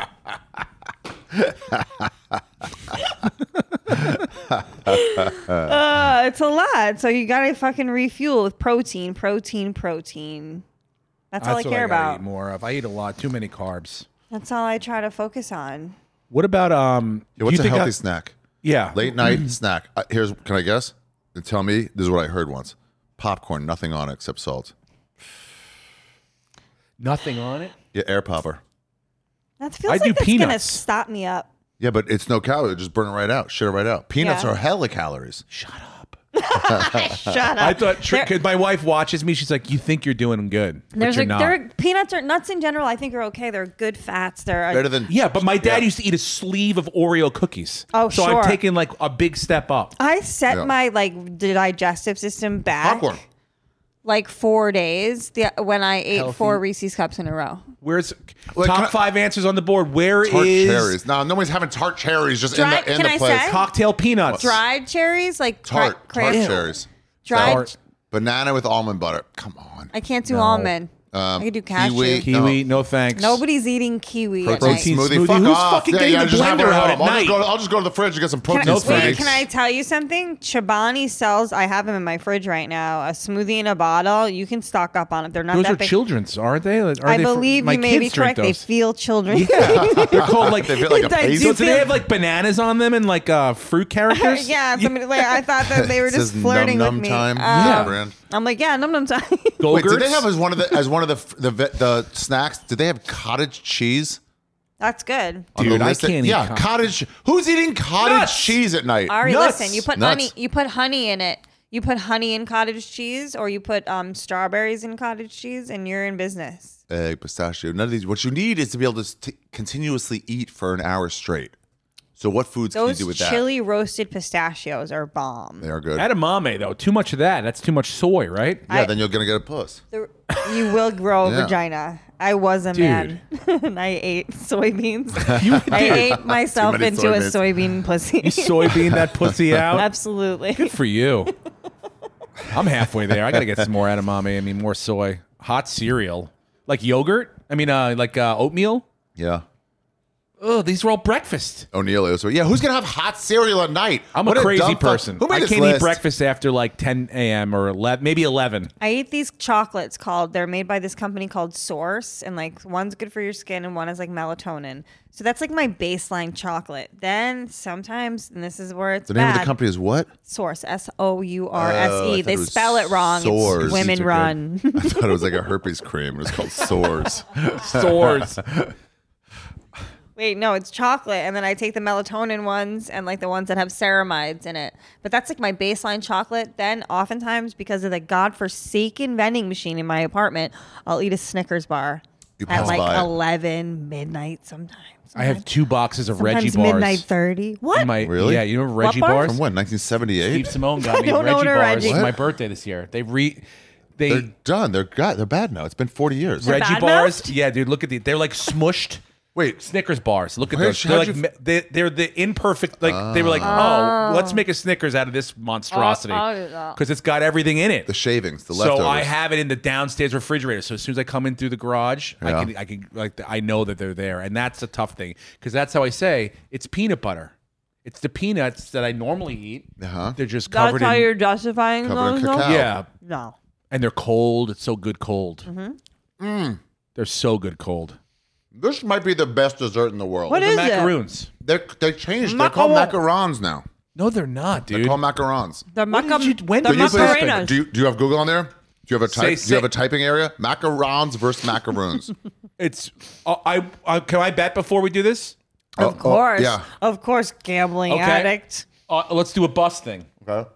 Speaker 2: uh, it's a lot so you gotta fucking refuel with protein protein protein that's, all i
Speaker 4: what
Speaker 2: care
Speaker 4: gotta
Speaker 2: about
Speaker 4: Eat more of. I eat a lot. Too many carbs.
Speaker 2: that's all i try to focus on
Speaker 4: What about um?
Speaker 3: Yeah, what's
Speaker 4: you
Speaker 3: a
Speaker 4: think I- Mm.
Speaker 3: healthy snack?
Speaker 4: yeah.
Speaker 3: Late night snack. Uh, here's, can I guess? And tell me, this is what I heard once popcorn, nothing on it except salt.
Speaker 4: Nothing on it.
Speaker 3: Yeah, air popper.
Speaker 2: that feels
Speaker 4: I
Speaker 2: like
Speaker 4: do
Speaker 2: that's gonna
Speaker 4: peanuts.
Speaker 2: stop me up
Speaker 3: Yeah, but it's no calorie. Just burn it right out. Shit it right out. Peanuts
Speaker 2: Yeah.
Speaker 3: are hella calories.
Speaker 4: Shut up.
Speaker 2: shut up
Speaker 4: *laughs* I thought because my wife watches me. She's like, "You think you're doing good, but
Speaker 2: There's
Speaker 4: you're
Speaker 2: like
Speaker 4: not."
Speaker 2: they're peanuts or nuts in general. I think are okay. They're good fats. They're
Speaker 3: Better than
Speaker 4: Yeah, but my dad used to eat a sleeve of Oreo cookies.
Speaker 2: Oh,
Speaker 4: so
Speaker 2: sure.
Speaker 4: I'm taking like a big step up.
Speaker 2: I set
Speaker 3: Yeah.
Speaker 2: my like digestive system back
Speaker 3: popcorn.
Speaker 2: like four days the, when I ate
Speaker 4: Healthy.
Speaker 2: four Reese's cups in a row.
Speaker 4: Where's
Speaker 3: Like,
Speaker 4: top
Speaker 3: can I-
Speaker 4: five answers on the board? Where is
Speaker 3: Tart cherries. No, nobody's having tart cherries just
Speaker 2: Dried-
Speaker 3: in the, in
Speaker 2: can
Speaker 3: the
Speaker 2: I
Speaker 3: place.
Speaker 2: say?
Speaker 4: cocktail peanuts?
Speaker 2: Dried cherries, like cra-
Speaker 3: Tart.
Speaker 2: cran-
Speaker 3: Tart cherries.
Speaker 2: Dried.
Speaker 4: Tart.
Speaker 3: Banana with almond butter. Come on.
Speaker 2: I can't do almond. I can do cashew.
Speaker 3: kiwi.
Speaker 4: Um, Kiwi, no, thanks.
Speaker 2: Nobody's eating kiwi. at night.
Speaker 4: Protein smoothie.
Speaker 3: Fuck
Speaker 4: Who's
Speaker 3: off.
Speaker 4: fucking getting the
Speaker 3: just have
Speaker 4: blender
Speaker 3: one
Speaker 4: out
Speaker 3: home.
Speaker 4: at
Speaker 3: I'll just,
Speaker 4: night?
Speaker 3: go to, I'll just go to the fridge and get some protein
Speaker 2: Can I,
Speaker 4: No
Speaker 2: wait,
Speaker 3: snacks.
Speaker 4: thanks.
Speaker 2: can I tell you something? Chobani sells. I have them in my fridge right now. A smoothie in a bottle. You can stock up on it. They're not
Speaker 4: Those
Speaker 2: that
Speaker 4: are
Speaker 2: big.
Speaker 4: children's, aren't they? Like, Are
Speaker 2: I
Speaker 4: they for-
Speaker 2: believe
Speaker 4: my
Speaker 2: you may be
Speaker 4: kids drink
Speaker 2: correct. They
Speaker 4: those.
Speaker 2: feel children.
Speaker 4: *laughs*
Speaker 2: *laughs*
Speaker 4: Yeah,
Speaker 3: *laughs*
Speaker 4: they're called like.
Speaker 3: They feel like a
Speaker 2: I do
Speaker 3: pastry.
Speaker 4: so do they have like bananas on them and like uh,
Speaker 2: *laughs*
Speaker 4: fruit characters?
Speaker 2: yeah, somebody, like, I thought that
Speaker 4: *laughs*
Speaker 2: they were
Speaker 3: It
Speaker 2: just
Speaker 3: says
Speaker 2: flirting
Speaker 3: num
Speaker 2: with me.
Speaker 3: time.
Speaker 2: Um,
Speaker 3: Yeah, brand.
Speaker 2: I'm like, yeah, num num time.
Speaker 4: *laughs*
Speaker 3: Wait,
Speaker 4: Go-Gurts?
Speaker 3: did they have as one of the as one of the the, the, the snacks? Did they have cottage cheese?
Speaker 2: That's good.
Speaker 3: on
Speaker 4: Dude,
Speaker 3: the
Speaker 4: I
Speaker 3: list that-
Speaker 4: can't eat
Speaker 3: Yeah,
Speaker 4: cottage-
Speaker 3: cottage. Who's eating cottage
Speaker 4: Nuts!
Speaker 3: cheese at night?
Speaker 2: Ari,
Speaker 4: Nuts.
Speaker 2: listen, you put
Speaker 3: Nuts.
Speaker 2: honey, you put honey in it. You put honey in cottage cheese, or you put um, strawberries in cottage cheese, and you're in business.
Speaker 3: Egg, pistachio. None of these. What you need is to be able to t- continuously eat for an hour straight. So what foods can you
Speaker 2: Those
Speaker 3: do with
Speaker 2: chili roasted pistachios are bomb.
Speaker 3: that? They are good.
Speaker 4: Edamame though, too much of that. That's too much soy, right?
Speaker 3: yeah, then you're gonna get a puss.
Speaker 2: The- you will grow a
Speaker 3: Yeah.
Speaker 2: vagina. I was a man, *laughs* and I ate
Speaker 3: *laughs*
Speaker 2: soybeans.
Speaker 4: *laughs*
Speaker 2: I ate myself
Speaker 3: many
Speaker 2: into a soybean
Speaker 3: soybeans. *laughs*
Speaker 2: pussy.
Speaker 4: You soybean that pussy *laughs*
Speaker 2: *laughs*
Speaker 4: out.
Speaker 2: Absolutely.
Speaker 4: Good for you. I'm halfway there. I gotta get
Speaker 3: *laughs*
Speaker 4: some more edamame. I mean, more soy, hot cereal, like yogurt. I mean, uh, like uh, oatmeal.
Speaker 3: Yeah.
Speaker 4: Oh, these are all breakfast.
Speaker 3: O'Neill is. Yeah, who's gonna have hot cereal at night?
Speaker 4: I'm
Speaker 3: What
Speaker 4: a crazy
Speaker 3: dumb fuck.
Speaker 4: person.
Speaker 3: Who made
Speaker 4: I
Speaker 3: this
Speaker 4: can't
Speaker 3: list?
Speaker 4: eat breakfast after like 10 a.m. or 11, maybe
Speaker 3: *laughs*
Speaker 4: 11.
Speaker 2: I eat these chocolates called, they're made by this company called Source, and like one's good for your skin and one is like melatonin. So that's like my baseline chocolate. Then sometimes, and this is where it's
Speaker 3: The name
Speaker 2: bad,
Speaker 3: of the company
Speaker 2: *laughs*
Speaker 3: is what?
Speaker 2: Source, S O U R
Speaker 3: Oh,
Speaker 2: S
Speaker 3: I
Speaker 2: E.
Speaker 3: thought
Speaker 2: They
Speaker 3: it was
Speaker 2: spell it wrong.
Speaker 3: Source.
Speaker 2: It's women
Speaker 3: These are good.
Speaker 2: run. *laughs*
Speaker 3: I thought it was like a herpes cream. It was called
Speaker 4: *laughs*
Speaker 3: Sores.
Speaker 4: Swords.
Speaker 2: Wait, no, it's chocolate. And then I take the melatonin ones and like the ones that have ceramides in it. But that's like my baseline chocolate. Then, oftentimes, because of the godforsaken vending machine in my apartment, I'll eat a Snickers bar
Speaker 3: You
Speaker 2: at
Speaker 3: pass
Speaker 2: like
Speaker 3: by it.
Speaker 2: 11, midnight sometimes.
Speaker 4: I have two boxes of
Speaker 2: Sometimes
Speaker 4: Reggie bars.
Speaker 2: midnight 30. What?
Speaker 4: My,
Speaker 3: Really?
Speaker 4: Yeah, you know
Speaker 2: What
Speaker 4: Reggie
Speaker 2: bar?
Speaker 4: bars?
Speaker 3: From when? 1978.
Speaker 4: Steve Simone
Speaker 2: *laughs*
Speaker 4: got me
Speaker 2: don't
Speaker 4: Reggie
Speaker 2: own a
Speaker 4: bars
Speaker 2: Reggie.
Speaker 4: for my
Speaker 3: What?
Speaker 4: birthday this year. They re they
Speaker 3: They're done. They're got. They're bad now. It's been 40 years.
Speaker 2: They're
Speaker 4: Reggie
Speaker 2: bad
Speaker 4: bars.
Speaker 2: mouthed?
Speaker 4: Yeah, dude, look at these. They're like smushed.
Speaker 3: Wait.
Speaker 4: Snickers bars. Look at
Speaker 3: Where-
Speaker 4: those. They're
Speaker 3: how'd
Speaker 4: like
Speaker 3: you-
Speaker 4: me- they, they're the imperfect. Like they were like, oh, let's make a Snickers out of this monstrosity
Speaker 2: I'll- I'll do that.
Speaker 4: because it's got everything in it.
Speaker 3: The shavings. The leftovers.
Speaker 4: So I have it in the downstairs refrigerator. So as soon as I come in through the garage,
Speaker 3: Yeah.
Speaker 4: I can I can like I know that they're there, and that's a tough thing because that's how I say it's peanut butter. It's the peanuts that I normally eat.
Speaker 3: Uh-huh.
Speaker 4: They're just
Speaker 2: that's
Speaker 4: covered
Speaker 2: how
Speaker 4: in
Speaker 2: you're justifying
Speaker 3: covered in
Speaker 2: those?
Speaker 3: cacao.
Speaker 2: though?
Speaker 4: yeah,
Speaker 2: No.
Speaker 4: and they're cold. It's so good cold.
Speaker 2: Mm-hmm.
Speaker 4: Mmm. They're so good cold.
Speaker 3: This might be the best dessert in the world.
Speaker 2: What
Speaker 4: They're
Speaker 2: is it?
Speaker 4: macaroons.
Speaker 3: They're, they changed. They're called macarons now.
Speaker 4: No, they're not, dude.
Speaker 3: They're called macarons.
Speaker 2: The
Speaker 4: When did you- when
Speaker 2: the
Speaker 4: did you
Speaker 3: Please,
Speaker 4: say-
Speaker 2: Macarenas.
Speaker 3: do you do you have Google on there? Do you have a
Speaker 4: Say-
Speaker 3: type? do
Speaker 4: say-
Speaker 3: you have a typing area? Macarons versus macaroons.
Speaker 4: it's uh, I uh, can I bet before we do this.
Speaker 3: Oh,
Speaker 2: Of
Speaker 3: oh,
Speaker 2: course.
Speaker 3: yeah.
Speaker 2: Of course, gambling
Speaker 4: Okay.
Speaker 2: addict.
Speaker 4: Uh, let's do a bus thing.
Speaker 3: Okay.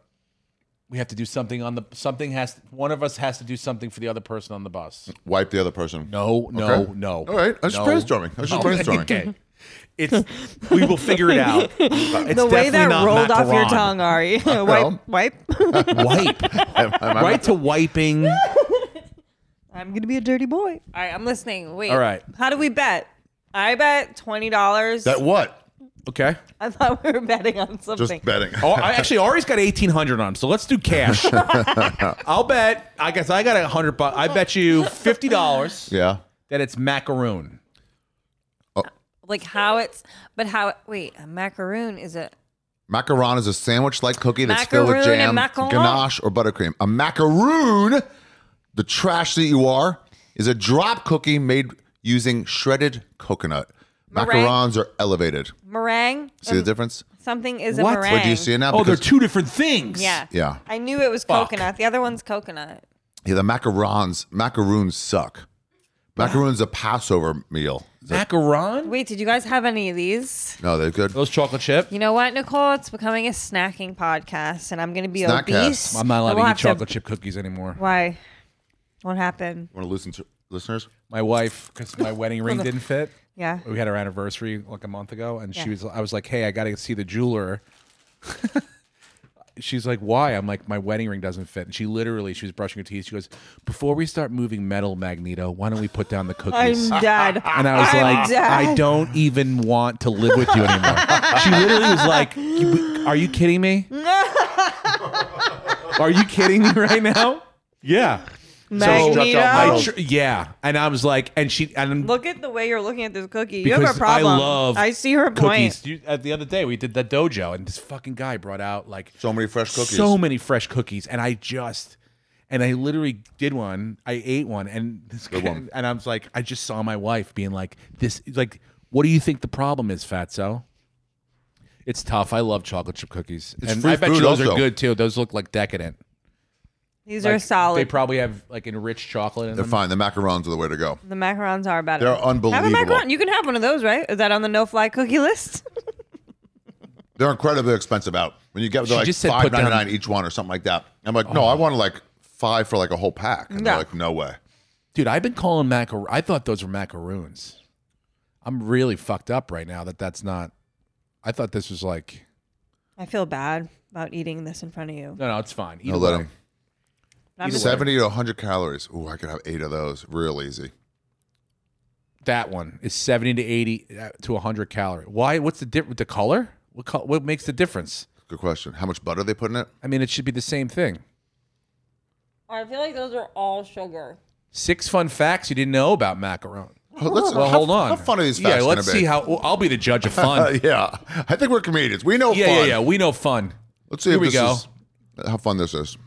Speaker 4: We have to do something on the something has one of us has to do something for the other person on the bus.
Speaker 3: Wipe the other person.
Speaker 4: No, no,
Speaker 3: Okay.
Speaker 4: no.
Speaker 3: All right. I was
Speaker 4: No.
Speaker 3: brainstorming. I was just
Speaker 4: No.
Speaker 3: brainstorming.
Speaker 4: *laughs* Okay. It's we will
Speaker 2: *laughs*
Speaker 4: figure it out. It's
Speaker 2: the way
Speaker 4: definitely
Speaker 2: that
Speaker 4: not
Speaker 2: rolled off your
Speaker 4: macaron.
Speaker 2: tongue, Ari. *laughs*
Speaker 3: Uh,
Speaker 2: wipe, wipe. *laughs*
Speaker 4: Wipe. right to wiping.
Speaker 2: I'm gonna be a dirty boy. All right, I'm listening. Wait.
Speaker 4: All right.
Speaker 2: How do we bet? I bet twenty dollars.
Speaker 3: That what?
Speaker 4: Okay.
Speaker 2: I thought we were betting on
Speaker 3: Just
Speaker 2: something.
Speaker 3: betting.
Speaker 4: Oh, I, actually, Ari's got eighteen hundred on him, so let's do *laughs* cash. I'll bet. I guess I got a hundred bucks. I bet you fifty dollars *laughs*
Speaker 3: Yeah.
Speaker 4: that it's macaroon.
Speaker 2: like how it's, but how? Wait, a macaroon is a
Speaker 3: Macaron is a sandwich-like cookie that's filled with
Speaker 2: Macaroon
Speaker 3: jam,
Speaker 2: and macaron.
Speaker 3: ganache, or buttercream. A macaroon, the trash that you are, is a drop cookie made using shredded coconut.
Speaker 2: Meringue.
Speaker 3: Macarons are elevated.
Speaker 2: meringue.
Speaker 3: See the difference?
Speaker 2: Something is
Speaker 4: What?
Speaker 2: a
Speaker 4: What
Speaker 2: meringue.
Speaker 4: do
Speaker 3: What do you see it now?
Speaker 4: Oh, they're
Speaker 3: Because-
Speaker 4: two different things.
Speaker 2: Yeah.
Speaker 3: Yeah.
Speaker 2: I knew it was
Speaker 4: Fuck.
Speaker 2: coconut. The other one's coconut.
Speaker 3: yeah, the macarons, macaroons suck. Macaroons a Passover meal.
Speaker 4: Macaron?
Speaker 2: Wait, did you guys have any of these?
Speaker 3: No, they're good.
Speaker 4: Those chocolate chip.
Speaker 2: You know what, Nicole? It's becoming a snacking podcast, and I'm gonna be
Speaker 3: Snackcast.
Speaker 2: obese.
Speaker 4: I'm not allowed
Speaker 2: and we'll
Speaker 4: to
Speaker 2: have
Speaker 4: eat chocolate chip cookies anymore.
Speaker 2: Why? What happened?
Speaker 3: Want to listen to listeners?
Speaker 4: My wife, because my
Speaker 2: *laughs*
Speaker 4: wedding ring didn't fit.
Speaker 2: Yeah.
Speaker 3: Oh,
Speaker 4: We had our anniversary like a month ago, and
Speaker 2: Yeah.
Speaker 4: she was. I was like, "Hey, I got to see the jeweler." *laughs* She's like, "Why?" I'm like, "My wedding ring doesn't fit." And she literally, she was brushing her teeth. She goes, "Before we start moving metal, Magneto, why don't we put down the
Speaker 2: I'm
Speaker 4: cookies?" *laughs*
Speaker 3: *laughs*
Speaker 2: dead.
Speaker 4: and I was
Speaker 2: I'm
Speaker 4: like, "I
Speaker 2: dead.
Speaker 4: don't even want to live with you anymore." she literally was like, "You- "Are you kidding
Speaker 2: *laughs*
Speaker 4: me? Are you kidding me right now?" Yeah.
Speaker 2: Magneto.
Speaker 3: I
Speaker 4: Tr- yeah, and I was like, and she and
Speaker 2: Look at the way you're looking at this cookie.
Speaker 4: because
Speaker 2: you have a problem.
Speaker 4: I love
Speaker 2: I see her
Speaker 4: cookies.
Speaker 2: point.
Speaker 4: You, uh, the other day we did that dojo, and this fucking guy brought out like
Speaker 3: So many fresh cookies.
Speaker 4: so many fresh cookies, and I just and I literally did one. I ate one, and this guy,
Speaker 3: one.
Speaker 4: and I was like, I just saw my wife being like, this like, what do you think the problem is, Fatso? It's tough. I love chocolate chip cookies,
Speaker 3: It's
Speaker 4: and
Speaker 3: free
Speaker 4: I bet you
Speaker 3: food
Speaker 4: those are
Speaker 3: also.
Speaker 4: good too. Those look like decadent.
Speaker 2: These are
Speaker 4: Like, They
Speaker 2: solid.
Speaker 4: probably have like enriched chocolate in
Speaker 3: They're
Speaker 4: them.
Speaker 3: fine. The macarons are the way to go.
Speaker 2: the macarons are better.
Speaker 3: They're unbelievable.
Speaker 2: Have a macaron. You can have one of those, right? Is that on the no fly cookie list? *laughs*
Speaker 3: They're incredibly expensive out. When you get
Speaker 4: She
Speaker 3: they're like
Speaker 4: just said
Speaker 3: five
Speaker 4: put down- Oh.
Speaker 3: ninety nine each one or something like that. I'm like, no, I want to like five for like a whole pack. And they're
Speaker 2: No.
Speaker 3: like, no way.
Speaker 4: Dude, I've been calling macar. I thought those were macaroons. I'm really fucked up right now that that's not. I thought this was like.
Speaker 2: I feel bad about eating this in front of you.
Speaker 4: No, no, it's fine. Either
Speaker 3: No, let
Speaker 4: way.
Speaker 3: them.
Speaker 2: But I'm just-
Speaker 3: Seventy to hundred calories. Ooh, I could have eight of those real easy.
Speaker 4: that one is 70 to 80 uh, to 100 calorie. Why? What's the difference? The color? What, col- what makes the difference?
Speaker 3: Good question. How much butter they put in it?
Speaker 4: I mean, it should be the same thing.
Speaker 5: I feel like those are all sugar.
Speaker 4: Six fun facts you didn't know about macaron.
Speaker 3: Oh, Let's,
Speaker 4: Well,
Speaker 3: how,
Speaker 4: hold on.
Speaker 3: How fun are these facts
Speaker 4: Yeah,
Speaker 3: gonna
Speaker 4: let's
Speaker 3: be?
Speaker 4: see how. Well, I'll be the
Speaker 3: *laughs*
Speaker 4: judge of
Speaker 3: Uh,
Speaker 4: fun.
Speaker 3: yeah, I think we're comedians. We know
Speaker 4: yeah,
Speaker 3: fun.
Speaker 4: yeah, yeah. We know fun.
Speaker 3: Let's see
Speaker 4: Here
Speaker 3: if
Speaker 4: we
Speaker 3: this
Speaker 4: go.
Speaker 3: is how fun this is.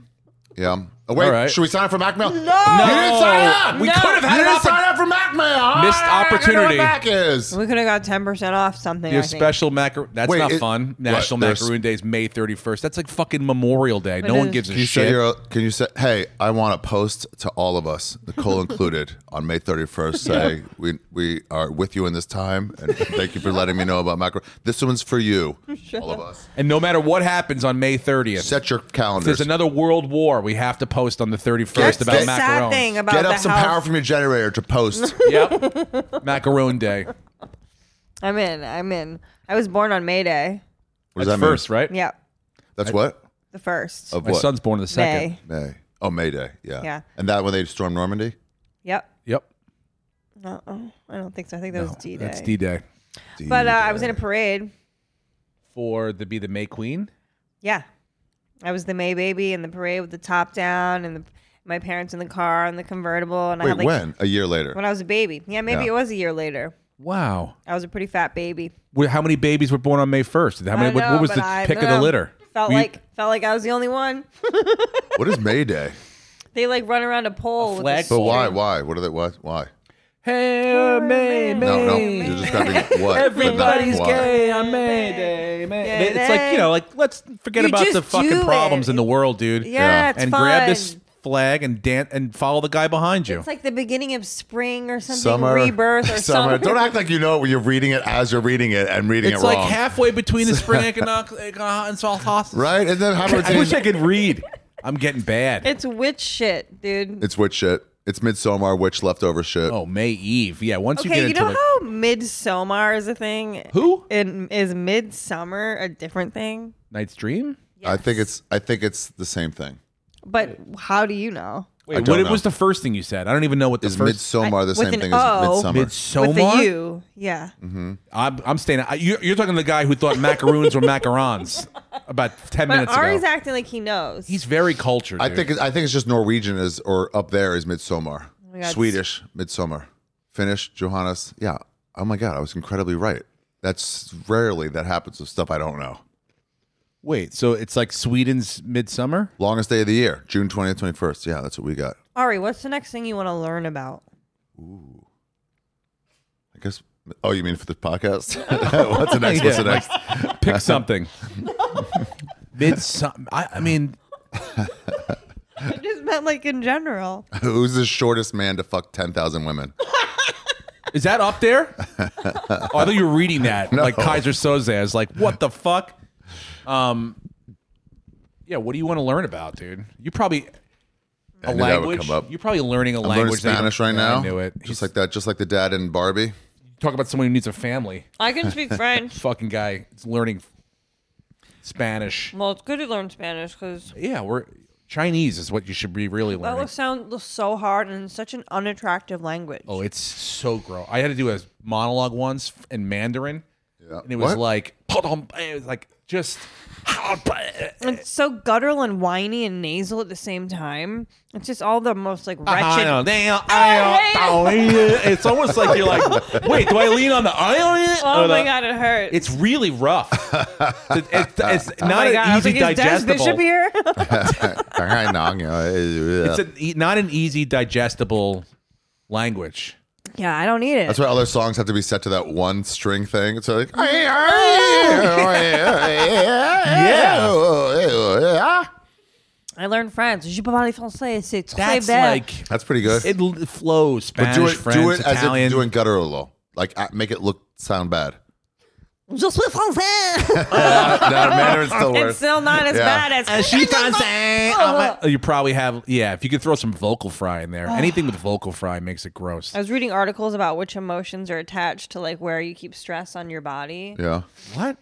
Speaker 3: Yeah. Oh, wait,
Speaker 4: All right.
Speaker 3: should we sign up for Mac Mail? No,
Speaker 4: No,
Speaker 3: you didn't sign up.
Speaker 4: We
Speaker 5: No.
Speaker 4: could have
Speaker 3: you
Speaker 4: had an
Speaker 3: didn't
Speaker 4: opportunity.
Speaker 3: sign up for Mac Mail.
Speaker 4: Missed
Speaker 3: Ah,
Speaker 4: opportunity.
Speaker 3: I don't know what Mac is.
Speaker 2: We could have got ten percent off something.
Speaker 4: Your
Speaker 2: I think.
Speaker 4: special macaron. That's
Speaker 3: Wait,
Speaker 4: not
Speaker 3: it-
Speaker 4: fun.
Speaker 3: what,
Speaker 4: National
Speaker 3: there's-
Speaker 4: Macaroon Day is May 31st. That's like fucking Memorial Day.
Speaker 2: But
Speaker 4: no
Speaker 2: it
Speaker 4: one
Speaker 2: is-
Speaker 4: gives a
Speaker 3: Can you say
Speaker 4: shit.
Speaker 3: your, Can you say, hey, I want to post to all of us,
Speaker 2: *laughs*
Speaker 3: Nicole included, on May 31st, say we we are with you in this time, and thank you for letting me know about Mac. This one's for you, all of us.
Speaker 4: and no matter what happens on May 30th,
Speaker 3: Set your
Speaker 4: if
Speaker 3: calendars.
Speaker 4: there's another world war, we have to post on the 31st
Speaker 3: That's
Speaker 4: about
Speaker 2: the sad
Speaker 4: macarons.
Speaker 2: thing about
Speaker 3: Get
Speaker 2: the
Speaker 3: up some
Speaker 2: health-
Speaker 3: power from your generator
Speaker 2: *laughs*
Speaker 3: to post.
Speaker 4: *laughs* yep. Macaroon Day.
Speaker 2: I'm in. I'm in. I was born on May Day.
Speaker 3: What does
Speaker 4: That's
Speaker 3: that mean?
Speaker 4: first, right?
Speaker 2: Yeah,
Speaker 3: That's what?
Speaker 2: the first.
Speaker 3: Of
Speaker 4: My
Speaker 3: what?
Speaker 4: son's born on the second.
Speaker 2: May.
Speaker 3: May. Oh, May Day. Yeah.
Speaker 2: Yeah.
Speaker 3: And that when they stormed Normandy?
Speaker 2: Yep.
Speaker 4: Yep.
Speaker 2: No, oh, I don't think so. I think that was D Day.
Speaker 4: That's D Day.
Speaker 2: But uh, I was
Speaker 3: D-Day.
Speaker 2: in a parade.
Speaker 4: For the be the May Queen.
Speaker 2: Yeah, I was the May baby in the parade with the top down and the, my parents in the car and the convertible. And I
Speaker 3: Wait,
Speaker 2: had like
Speaker 3: when? A year later.
Speaker 2: when I was a baby. Yeah, maybe
Speaker 3: Yeah.
Speaker 2: it was a year later.
Speaker 4: Wow.
Speaker 2: I was a pretty fat baby.
Speaker 4: Wh- How many babies were born on May 1st? How
Speaker 2: I
Speaker 4: many, what,
Speaker 2: know,
Speaker 4: what was
Speaker 2: but
Speaker 4: the
Speaker 2: I
Speaker 4: pick
Speaker 2: don't
Speaker 4: of the
Speaker 2: know.
Speaker 4: litter?
Speaker 2: Felt
Speaker 4: Were you-
Speaker 2: like felt like I was the only one. *laughs*
Speaker 3: What is May Day?
Speaker 2: they like run around a pole.
Speaker 4: flag
Speaker 2: with
Speaker 3: But
Speaker 4: pole.
Speaker 2: a
Speaker 3: why? Why? What are they? What? Why?
Speaker 4: Hey, May, May.
Speaker 3: No, no.
Speaker 2: *laughs*
Speaker 3: You're describing what?
Speaker 4: Everybody's
Speaker 3: but not why.
Speaker 4: gay on May Day. May.
Speaker 2: Gay
Speaker 4: It's like you know, like let's forget
Speaker 2: You
Speaker 4: about
Speaker 2: just
Speaker 4: the fucking
Speaker 2: do
Speaker 4: problems
Speaker 2: it.
Speaker 4: in the world, dude.
Speaker 2: Yeah, it's
Speaker 4: and grab
Speaker 2: fun.
Speaker 4: this flag and dance and follow the guy behind you.
Speaker 2: It's like the beginning of spring or something.
Speaker 3: Summer.
Speaker 2: Rebirth
Speaker 4: *laughs*
Speaker 2: or
Speaker 3: summer.
Speaker 2: summer.
Speaker 3: Don't act like you know it when you're reading it as you're reading it and reading
Speaker 4: It's
Speaker 3: it
Speaker 4: like
Speaker 3: wrong.
Speaker 4: halfway between *laughs* the spring equinox equinox and salt hosses.
Speaker 3: right? And then how about
Speaker 4: I wish I could read. I'm getting bad.
Speaker 2: *laughs* It's witch shit, dude.
Speaker 3: It's witch shit. It's midsummer witch leftover shit.
Speaker 4: oh, May Eve. Yeah, once you
Speaker 2: okay,
Speaker 4: get
Speaker 2: you,
Speaker 4: into
Speaker 2: know
Speaker 4: it.
Speaker 2: how midsummer is a thing.
Speaker 4: Who?
Speaker 2: And is midsummer a different thing?
Speaker 4: Night's Dream?
Speaker 3: I think it's I think it's the same thing.
Speaker 2: But how do you know?
Speaker 4: Wait,
Speaker 3: don't
Speaker 4: what
Speaker 3: know.
Speaker 4: was the first thing you said? I don't even know what the
Speaker 3: Is
Speaker 4: first
Speaker 3: midsummer the
Speaker 2: with
Speaker 3: same
Speaker 2: an
Speaker 3: thing as
Speaker 2: O.
Speaker 3: midsummer?
Speaker 2: With
Speaker 4: Midsommar?
Speaker 2: the U, yeah.
Speaker 4: Mm-hmm. I'm, I'm staying. I, you're, you're talking to the guy
Speaker 2: *laughs*
Speaker 4: who thought macaroons were macarons about ten
Speaker 2: But
Speaker 4: minutes
Speaker 2: Ari's
Speaker 4: ago.
Speaker 2: acting like he knows.
Speaker 4: He's very cultured.
Speaker 3: I
Speaker 4: dude.
Speaker 3: think it- I think it's just Norwegian is or up there is midsummer.
Speaker 2: Oh my God.
Speaker 3: Swedish midsummer. Finnish Johannes. Yeah. Oh my god, I was incredibly right. That's rarely that happens with stuff I don't know.
Speaker 4: Wait, so it's like Sweden's midsummer?
Speaker 3: Longest day of the year, June 20th, 21st. Yeah, that's what we got.
Speaker 2: Ari, what's the next thing you want to learn about?
Speaker 3: I guess. Oh, you mean for the
Speaker 4: *laughs*
Speaker 3: podcast? What's the next? What's the
Speaker 4: Yeah.
Speaker 3: next?
Speaker 4: Pick *laughs* something. midsummer. I, I mean,
Speaker 2: *laughs* I just meant like in
Speaker 4: *laughs*
Speaker 2: general.
Speaker 3: Who's the shortest man to fuck 10,000 women?
Speaker 4: is that up there? oh, I thought you were reading
Speaker 3: *laughs*
Speaker 4: that. Like Kaiser Soze is like, what the fuck? Um, yeah. What do you want to learn about, dude? You probably a
Speaker 3: I knew that would
Speaker 4: language.
Speaker 3: come up.
Speaker 4: You're probably learning a
Speaker 3: I'm learning
Speaker 4: language. that you don't-
Speaker 3: Spanish right
Speaker 4: Yeah,
Speaker 3: now.
Speaker 4: I knew it.
Speaker 3: Just like that, just like the dad in Barbie.
Speaker 4: *laughs*
Speaker 3: *laughs*
Speaker 4: talk about someone who needs a family.
Speaker 5: I can speak French.
Speaker 4: Fucking guy is learning Spanish.
Speaker 5: Well, it's good to learn Spanish because
Speaker 4: Yeah, we're Chinese is what you should be really
Speaker 2: That
Speaker 4: learning.
Speaker 2: would sound so hard and such an unattractive language.
Speaker 4: Oh, it's so gross. I had to do a monologue once f- in Mandarin,
Speaker 3: Yeah.
Speaker 4: and it was
Speaker 3: What?
Speaker 4: like, it was like just.
Speaker 2: It's so guttural and whiny and nasal at the same time. It's just all the most like wretched.
Speaker 4: It's almost like you're like, wait, do I lean on the iron?
Speaker 5: oh my god, it hurts.
Speaker 4: It's really rough. It's,
Speaker 3: *laughs*
Speaker 4: it's- it's not
Speaker 2: Oh my God, I
Speaker 4: an
Speaker 2: was
Speaker 4: easy
Speaker 2: like, is Des Bishop
Speaker 4: digestible. *laughs*
Speaker 2: here?
Speaker 4: It's
Speaker 3: That's
Speaker 4: an e- not an easy digestible language.
Speaker 2: yeah, I don't need it.
Speaker 3: why all their songs have to be set to that one string thing. It's like, yeah.
Speaker 2: I learned French. Je parle français, c'est très
Speaker 4: That's
Speaker 2: bien.
Speaker 4: like
Speaker 3: That's pretty good.
Speaker 4: it l- flows.
Speaker 3: but
Speaker 4: Spanish,
Speaker 3: do it,
Speaker 4: French,
Speaker 3: do it as if
Speaker 4: Italian.
Speaker 3: you're doing guttural. though. Like, uh, make it look sound bad.
Speaker 2: Je suis français.
Speaker 3: no, Mandarin's still
Speaker 2: it's
Speaker 3: worse.
Speaker 2: still not as
Speaker 3: Yeah.
Speaker 2: bad
Speaker 4: Uh,
Speaker 2: as.
Speaker 4: she finds
Speaker 6: oh,
Speaker 2: *laughs*
Speaker 4: that- you probably have yeah if you could throw some vocal fry in
Speaker 6: Oh.
Speaker 4: there anything with vocal fry makes it gross
Speaker 2: I was reading articles about which emotions are attached to like where you keep stress on your body.
Speaker 3: yeah.
Speaker 4: what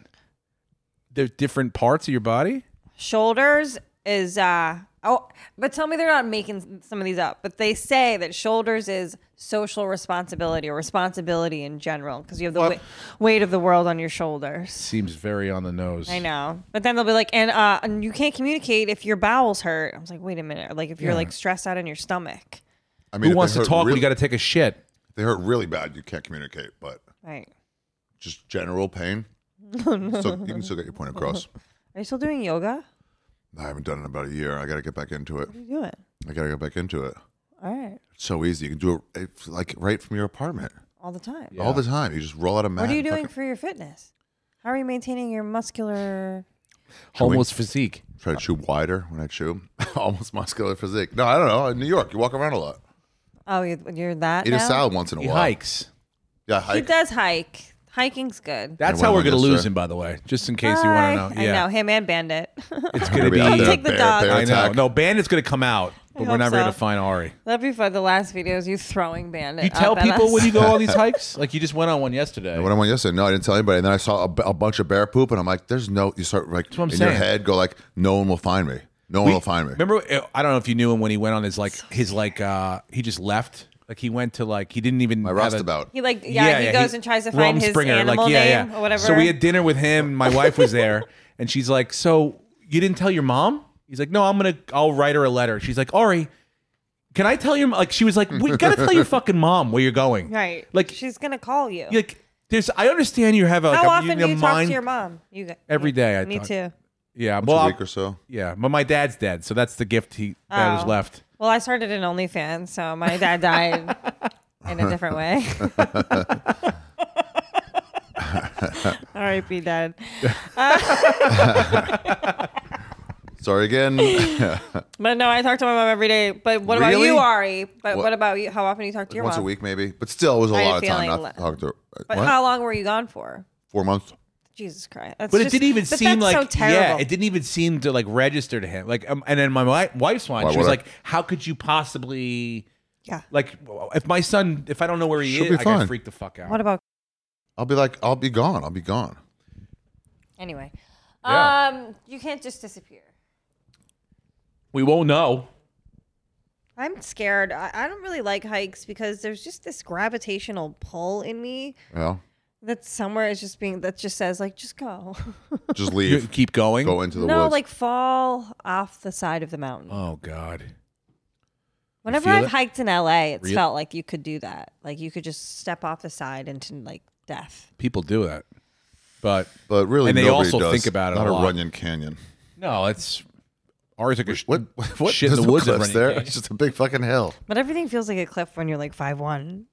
Speaker 4: there's different parts of your body
Speaker 2: Shoulders, is uh
Speaker 6: Oh, but tell me they're not making some of these up. But they say that shoulders is social responsibility or responsibility in general because you have the
Speaker 4: What?
Speaker 6: wei- weight of the world on your shoulders.
Speaker 4: Seems very on the nose.
Speaker 6: I know.
Speaker 2: but then they'll be like and uh and you can't communicate if your bowels hurt. I was like, wait a minute, like if you're like stressed out in your stomach.
Speaker 3: I mean, if
Speaker 4: Who
Speaker 3: they
Speaker 4: wants to
Speaker 3: hurt
Speaker 4: talk
Speaker 3: really,
Speaker 4: when you got to take a shit?
Speaker 3: if They hurt really bad. You can't communicate, but
Speaker 2: Right.
Speaker 3: just
Speaker 2: *laughs*
Speaker 3: general pain.
Speaker 2: Oh,
Speaker 3: So you can still get your point across.
Speaker 2: Are you still doing yoga?
Speaker 3: I haven't done it in about a year. I got to get back into it.
Speaker 2: You do it.
Speaker 3: I got to get back into it.
Speaker 2: All right.
Speaker 3: It's so easy. You can do it it's like right from your apartment
Speaker 2: All the time.
Speaker 3: all the time. You just roll out a mat.
Speaker 2: What are you
Speaker 3: and
Speaker 2: doing
Speaker 3: fucking
Speaker 2: for your fitness? How are you maintaining your muscular
Speaker 4: Almost physique.
Speaker 3: Try to chew wider when I chew. *laughs* Almost muscular physique. No, I don't know. In New York, you walk around a lot.
Speaker 2: Oh, you're, you're that
Speaker 3: Eat
Speaker 2: now?
Speaker 3: a salad once in a
Speaker 4: He
Speaker 3: while.
Speaker 4: hikes.
Speaker 3: Yeah,
Speaker 6: He
Speaker 3: hike.
Speaker 6: does hike. Hiking's good.
Speaker 4: That's
Speaker 3: Yeah,
Speaker 4: how
Speaker 3: what
Speaker 4: we're
Speaker 3: am I
Speaker 4: gonna
Speaker 3: gonna
Speaker 4: lose
Speaker 3: say?
Speaker 4: him, by the way. Just in case you want to know.
Speaker 2: I
Speaker 4: Yeah,
Speaker 2: know him and Bandit.
Speaker 6: *laughs*
Speaker 2: *laughs*
Speaker 4: it's gonna
Speaker 3: Maybe out
Speaker 4: be.
Speaker 3: there,
Speaker 2: Take the dog.
Speaker 4: I know.
Speaker 3: attack.
Speaker 4: No, Bandit's gonna come out, but we're
Speaker 2: hope
Speaker 4: never
Speaker 2: so.
Speaker 4: gonna find Ari.
Speaker 6: That'd be fun. The last video is you throwing bandit.
Speaker 4: You tell
Speaker 6: up at
Speaker 4: people
Speaker 6: us.
Speaker 4: when you go
Speaker 6: *laughs*
Speaker 4: all these hikes? Like you just went on one yesterday.
Speaker 3: When I went yesterday, no, I didn't tell anybody. And then I saw a, b- a bunch of bear poop, and I'm like, "There's no." You start like
Speaker 4: what I'm
Speaker 3: in your
Speaker 4: saying.
Speaker 3: head, go like, "No one will find me. No one will find me."
Speaker 4: Remember, I don't know if you knew him when he went on his like his like uh he just left. Like he went to like he didn't even
Speaker 3: My
Speaker 4: have a-
Speaker 3: roustabout.
Speaker 2: *laughs* He like yeah, he goes and tries to find his
Speaker 4: Rumspringer,
Speaker 2: animal name or whatever.
Speaker 4: So we had dinner with him. My wife was there, *laughs* and she's like, "So you didn't tell your mom?" He's like, "No, I'm gonna. I'll write her a letter." She's like, "Ari, can I tell your like?" She was
Speaker 3: *laughs*
Speaker 4: like, "We gotta tell your fucking mom where you're going."
Speaker 2: right.
Speaker 4: Like she's
Speaker 2: she's gonna call you.
Speaker 4: like there's. I understand you have a, like,
Speaker 2: How
Speaker 4: a-
Speaker 2: often do
Speaker 4: a
Speaker 2: you talk
Speaker 4: mind.
Speaker 2: to your mom? You got-
Speaker 4: Every
Speaker 2: me-
Speaker 4: day I
Speaker 2: Me
Speaker 4: talk.
Speaker 2: too.
Speaker 4: Yeah,
Speaker 3: Once
Speaker 4: well,
Speaker 3: a
Speaker 4: I'm-
Speaker 3: week or so.
Speaker 4: yeah, but my dad's dead, so that's the gift he that was
Speaker 2: Oh.
Speaker 4: left.
Speaker 2: Well, I started an OnlyFans, so my dad
Speaker 3: *laughs*
Speaker 2: died in a different way. R.I.P. Dad.
Speaker 3: Sorry again. *laughs* Once
Speaker 2: But no, I talk to my mom every day. But what about
Speaker 3: Really?
Speaker 2: you, Ari? But
Speaker 3: What-
Speaker 2: what, about you? How often do you talk to your
Speaker 3: a
Speaker 2: mom?
Speaker 3: week, maybe, but still, it was a
Speaker 2: I
Speaker 3: lot of
Speaker 2: feel like
Speaker 3: time not
Speaker 2: le-
Speaker 3: to talk to her.
Speaker 2: But
Speaker 3: What?
Speaker 2: how long were you gone for?
Speaker 3: Four months.
Speaker 2: Jesus Christ! That's
Speaker 4: But
Speaker 2: just-
Speaker 4: it didn't even
Speaker 2: but
Speaker 4: seem
Speaker 2: that's
Speaker 4: like
Speaker 2: so
Speaker 4: yeah,
Speaker 2: terrible.
Speaker 4: it didn't even seem to like register to him. Like, um, and then my wi- wife's one,
Speaker 3: Why
Speaker 4: she
Speaker 3: would
Speaker 4: was
Speaker 3: I?
Speaker 4: like, "How could you possibly
Speaker 2: yeah.
Speaker 4: like if my son if I don't know where he
Speaker 3: She'll be
Speaker 4: is, I got
Speaker 3: fine.
Speaker 4: freak the fuck out."
Speaker 2: What about
Speaker 3: I'll be like, I'll be gone. I'll be gone.
Speaker 2: anyway?
Speaker 4: Yeah.
Speaker 6: Um, you can't just disappear.
Speaker 4: we won't know.
Speaker 2: I'm scared. I, I don't really like hikes because there's just this gravitational pull in me
Speaker 3: Yeah,
Speaker 2: that somewhere is just being that just says like just go. *laughs*
Speaker 4: *laughs*
Speaker 3: just
Speaker 4: You
Speaker 3: leave.
Speaker 4: keep going.
Speaker 3: go into the
Speaker 2: no,
Speaker 3: woods. Uh,
Speaker 2: like fall off the side of the mountain.
Speaker 4: Oh God.
Speaker 2: Whenever
Speaker 4: feel
Speaker 2: I've
Speaker 4: it?
Speaker 2: hiked in LA, it's
Speaker 4: Real-
Speaker 2: felt like you could do that. Like you could just step off the side into like death.
Speaker 4: People do that. But
Speaker 3: but really,
Speaker 4: and they
Speaker 3: nobody
Speaker 4: also
Speaker 3: does.
Speaker 4: think about it
Speaker 3: Not
Speaker 4: a
Speaker 3: a,
Speaker 4: lot.
Speaker 3: Runyon Canyon.
Speaker 4: no, it's ours like a sh-
Speaker 3: What? *laughs* What?
Speaker 4: shit in
Speaker 3: There's
Speaker 4: the
Speaker 3: no
Speaker 4: woods at
Speaker 3: cliffs
Speaker 4: Runyon
Speaker 3: there.
Speaker 4: Canyon.
Speaker 3: It's just a big fucking hill.
Speaker 2: But everything feels like a cliff when you're like five one.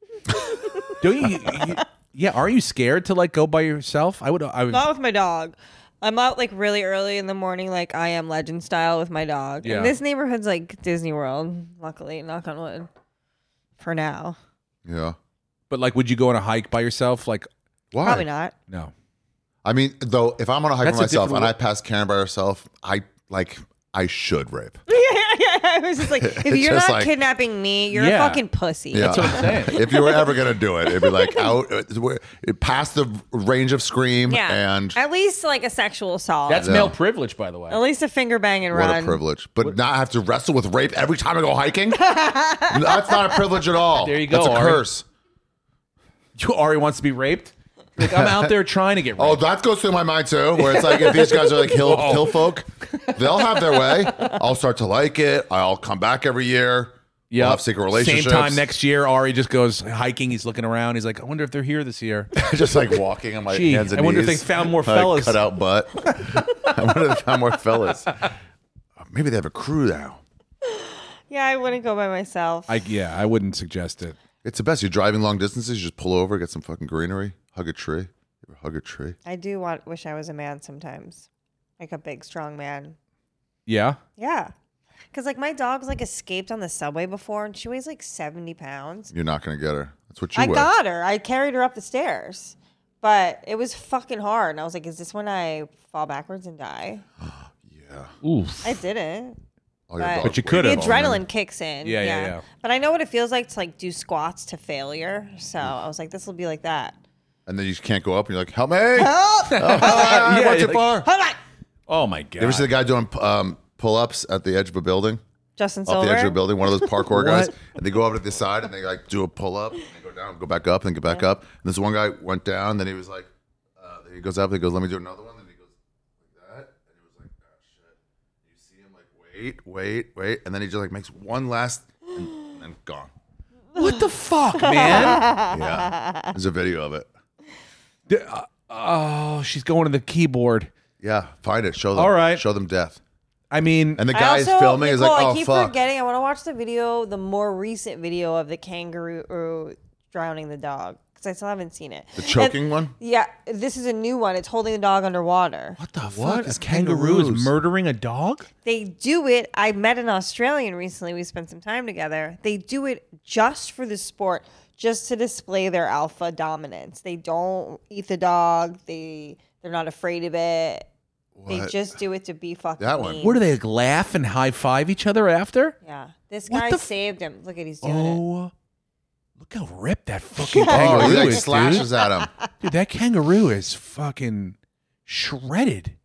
Speaker 4: Don't you, you- Yeah, are you scared to like go by yourself? I would I would
Speaker 2: Not with my dog. I'm out like really early in the morning, like I am legend style with my dog.
Speaker 4: Yeah.
Speaker 2: And this neighborhood's like Disney World, luckily, knock on wood. For now.
Speaker 3: Yeah.
Speaker 4: but like would you go on a hike by yourself like
Speaker 3: Why?
Speaker 2: Probably not. *laughs*
Speaker 4: no.
Speaker 3: I mean, though, if I'm on a hike by
Speaker 4: That's a
Speaker 3: myself
Speaker 4: different
Speaker 3: and
Speaker 4: wo-
Speaker 3: I pass Karen by herself, I like I should rape.
Speaker 2: I was
Speaker 3: *laughs*
Speaker 2: just like, if
Speaker 3: It's
Speaker 2: you're
Speaker 3: just
Speaker 2: not
Speaker 3: like-
Speaker 2: kidnapping me, you're
Speaker 4: Yeah.
Speaker 2: a fucking pussy.
Speaker 3: Uh, *laughs* Yeah.
Speaker 4: That's what I'm saying.
Speaker 3: if you were ever gonna do it, it'd be
Speaker 4: *laughs*
Speaker 3: like out uh, where- past the range of scream
Speaker 2: Yeah.
Speaker 3: and
Speaker 2: at least like a sexual assault.
Speaker 4: That's
Speaker 3: Yeah.
Speaker 4: male privilege by the way.
Speaker 2: at least a finger bang and
Speaker 3: what
Speaker 2: run.
Speaker 3: a privilege. But not have to wrestle with rape every time I go
Speaker 4: *laughs*
Speaker 3: hiking. That's not a privilege at all.
Speaker 4: There you go,
Speaker 3: That's a
Speaker 4: Ari.
Speaker 3: curse.
Speaker 4: You Ari wants to be raped? Like I'm out there
Speaker 3: *laughs*
Speaker 4: trying to get raped.
Speaker 3: Oh, that goes through my mind too. Where it's like, if these guys are like hill, hill
Speaker 4: *laughs*
Speaker 3: folk, they'll have their way. I'll start to like it. I'll come back every year. Yeah, we'll have secret relationships.
Speaker 4: Same time next year, Ari just goes hiking. He's looking around. He's like, I wonder if they're here
Speaker 3: *laughs*
Speaker 4: this year.
Speaker 3: just like walking on my
Speaker 4: Gee,
Speaker 3: hands and
Speaker 4: I wonder if
Speaker 3: knees.
Speaker 4: they found
Speaker 3: *laughs*
Speaker 4: more
Speaker 3: Like,
Speaker 4: fellas.
Speaker 3: cut out butt. *laughs* I wonder if they found more fellas. *laughs* Maybe they have a crew now.
Speaker 2: Yeah, I wouldn't go by myself.
Speaker 4: I yeah, I wouldn't suggest it.
Speaker 3: It's the best. You're driving long distances. You just pull over, get some fucking greenery, hug a tree. You ever Hug a tree.
Speaker 2: I do want wish I was a man sometimes, like a big strong man.
Speaker 4: Yeah,
Speaker 2: Yeah, because like my dog's like escaped on the subway before, and she weighs like seventy pounds.
Speaker 3: You're not gonna get her. That's what you
Speaker 2: I
Speaker 3: wear.
Speaker 2: got her. I carried her up the stairs, but it was fucking hard. And I was like, "Is this when I fall backwards and die?"
Speaker 3: *gasps* yeah.
Speaker 4: oof.
Speaker 2: I didn't.
Speaker 3: All your
Speaker 2: But-
Speaker 3: dog
Speaker 2: But
Speaker 4: you
Speaker 3: weight.
Speaker 4: could
Speaker 2: The
Speaker 4: have.
Speaker 2: adrenaline kicks in.
Speaker 4: Yeah, yeah, yeah.
Speaker 2: But I know what it feels like to like do squats to failure. So
Speaker 4: Mm.
Speaker 2: I was like, "This will be like that."
Speaker 3: And then you just can't go up, and you're like, "Help me! Oh, hi,
Speaker 4: Yeah,
Speaker 3: I went
Speaker 4: you're
Speaker 3: too
Speaker 4: like-
Speaker 3: far."
Speaker 2: Hold on.
Speaker 4: Oh my god.
Speaker 3: You ever see the guy doing um, pull ups at the edge of a building,
Speaker 2: Justin
Speaker 3: off the edge of a
Speaker 2: Silver.
Speaker 3: building, one
Speaker 2: *laughs*
Speaker 3: of those parkour guys,
Speaker 7: What?
Speaker 3: and they go over to the side and they like do a pull up and they go down, go back up, and go back up. And this one guy went down, then he was like, uh, he goes up, he goes, let me do another one, then he goes like that, and he was like, oh shit. You see him like wait, wait, wait, and then he just like makes one last and,
Speaker 2: *laughs*
Speaker 3: and gone.
Speaker 4: What the fuck, man?
Speaker 3: *laughs* Yeah, there's a video of it.
Speaker 4: D- uh, oh, she's going to the keyboard.
Speaker 3: Yeah, find it. Show them.
Speaker 4: All right.
Speaker 3: show them death.
Speaker 4: I mean,
Speaker 3: And the
Speaker 2: I
Speaker 3: guy's
Speaker 2: also-
Speaker 3: filming is
Speaker 2: Nicole,
Speaker 3: like,
Speaker 2: I
Speaker 3: oh
Speaker 2: keep
Speaker 3: fuck.
Speaker 2: forgetting. I want to watch the video, the more recent video of the kangaroo uh, drowning the dog because I still haven't seen it.
Speaker 3: The choking
Speaker 2: And-
Speaker 3: one?
Speaker 2: Yeah, this is a new one. It's holding the dog underwater.
Speaker 3: What the
Speaker 4: what is
Speaker 3: It's
Speaker 4: kangaroo is
Speaker 3: kangaroos.
Speaker 4: murdering a dog?
Speaker 2: They do it. I met an Australian recently. We spent some time together. They do it just for the sport, just to display their alpha dominance. They don't eat the dog. They they're not afraid of it. They
Speaker 3: What?
Speaker 2: just do it to be fucking.
Speaker 3: That one.
Speaker 2: mean.
Speaker 4: What do they like, laugh and high five each other after?
Speaker 2: Yeah, this
Speaker 4: What
Speaker 2: guy
Speaker 4: the f-
Speaker 2: saved him. Look at he's doing it.
Speaker 4: Oh, look how ripped
Speaker 3: *laughs*
Speaker 4: that fucking
Speaker 3: Oh,
Speaker 4: kangaroo
Speaker 3: he like
Speaker 4: is,
Speaker 3: slashes
Speaker 4: dude.
Speaker 3: at him.
Speaker 4: Dude, that kangaroo is fucking shredded.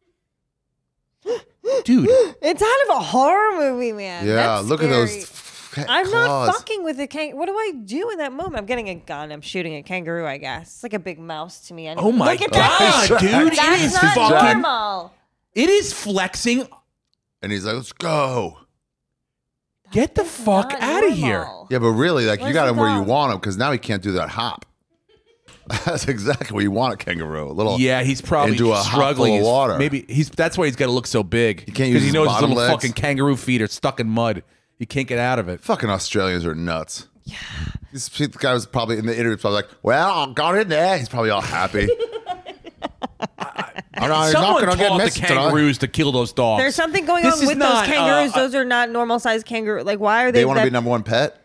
Speaker 4: Dude,
Speaker 2: It's out of a horror movie, man.
Speaker 3: Yeah,
Speaker 2: That's
Speaker 3: look at those.
Speaker 2: scary.
Speaker 3: f-
Speaker 2: I'm
Speaker 3: claws.
Speaker 2: not fucking with a kangaroo. What do I do in that moment? I'm getting a gun. I'm shooting a kangaroo. I guess it's like a big mouse to me. Anyway.
Speaker 4: oh my
Speaker 2: Look at
Speaker 4: god,
Speaker 2: that.
Speaker 4: dude, it
Speaker 2: That's
Speaker 4: is
Speaker 2: not
Speaker 4: fucking.
Speaker 2: normal.
Speaker 4: It is flexing.
Speaker 3: And he's like, let's go.
Speaker 4: Get the fuck
Speaker 2: Not
Speaker 4: out of here.
Speaker 2: normal.
Speaker 3: Yeah, but really, like you
Speaker 2: Where's
Speaker 3: got
Speaker 2: the
Speaker 3: him where you
Speaker 2: dog?
Speaker 3: want him because now he can't do that hop. *laughs* That's exactly where you want a kangaroo. A little.
Speaker 4: Yeah, he's probably
Speaker 3: Into a hot
Speaker 4: struggling.
Speaker 3: full of
Speaker 4: He's-
Speaker 3: water.
Speaker 4: Maybe he's that's why he's got to look so big. He
Speaker 3: can't use
Speaker 4: he
Speaker 3: his
Speaker 4: knows his
Speaker 3: bottom
Speaker 4: little
Speaker 3: legs.
Speaker 4: fucking kangaroo feet are stuck in mud. He can't get out of it.
Speaker 3: Fucking Australians are nuts. Yeah. This this guy was probably in the interview. So I was like, well, I got in there. He's probably
Speaker 2: *laughs*
Speaker 3: all happy. I'm not, he's not
Speaker 4: Someone
Speaker 3: gonna get
Speaker 4: taught
Speaker 3: missed
Speaker 4: the
Speaker 3: tonight.
Speaker 4: kangaroos to kill those dogs.
Speaker 2: There's something going
Speaker 4: This
Speaker 2: on
Speaker 4: is
Speaker 2: with
Speaker 4: not, uh,
Speaker 2: those kangaroos.
Speaker 4: uh,
Speaker 2: those are not normal sized kangaroos. Like, why are they?
Speaker 3: They want to
Speaker 2: that-
Speaker 3: be number one pet.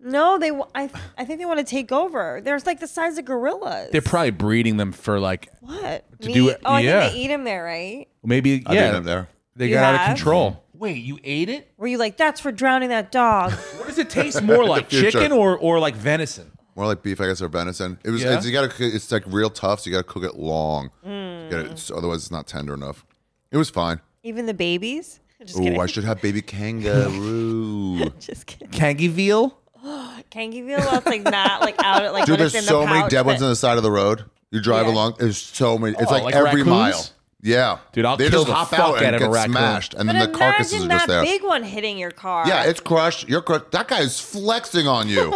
Speaker 2: no, they. wa- I, I think they want to take over. There's like the size of gorillas.
Speaker 4: They're probably breeding them for like
Speaker 2: what?
Speaker 4: to do it-
Speaker 2: Oh, I
Speaker 4: yeah.
Speaker 2: think they eat them there, right?
Speaker 4: maybe
Speaker 3: I
Speaker 4: yeah
Speaker 3: yeah. there.
Speaker 4: they
Speaker 2: You
Speaker 4: got out of
Speaker 2: have?
Speaker 4: control. Wait, you ate it?
Speaker 2: Were you like, that's for drowning that
Speaker 3: *laughs*
Speaker 2: dog?
Speaker 4: What does it taste more like,
Speaker 3: future.
Speaker 4: chicken or or like venison?
Speaker 3: More like beef, I guess, or venison. It was.
Speaker 4: Yeah.
Speaker 3: It's, you gotta. cook- It's like real tough. So you gotta cook it long.
Speaker 2: Hmm.
Speaker 3: You gotta- it's- otherwise, it's not tender enough. It was fine.
Speaker 2: Even the babies? Just
Speaker 3: Oh,
Speaker 2: kidding.
Speaker 3: I should have baby
Speaker 2: *laughs*
Speaker 3: kangaroo.
Speaker 2: Just kidding.
Speaker 4: Kangy veal?
Speaker 2: Kangyville, well, it's like not like out at like
Speaker 3: Dude,
Speaker 2: when it's
Speaker 3: there's
Speaker 2: in the
Speaker 3: so many
Speaker 2: pouch,
Speaker 3: dead ones
Speaker 2: but-
Speaker 3: on the side of the road. You drive
Speaker 2: Yeah.
Speaker 3: along. There's so many. It's
Speaker 4: Oh,
Speaker 3: like,
Speaker 4: like
Speaker 3: every
Speaker 4: raccoons?
Speaker 3: mile. Yeah,
Speaker 4: Dude, I'll
Speaker 3: they
Speaker 4: kill
Speaker 3: just
Speaker 4: the
Speaker 3: hop
Speaker 4: fuck
Speaker 3: out
Speaker 4: out
Speaker 3: and
Speaker 4: of a
Speaker 3: get
Speaker 4: raccoon.
Speaker 3: smashed, and
Speaker 2: But
Speaker 3: then the carcasses are
Speaker 2: imagine that
Speaker 3: just there.
Speaker 2: big one hitting your car.
Speaker 3: Yeah, it's crushed. You're crushed. That guy is flexing
Speaker 2: *laughs*
Speaker 3: on you.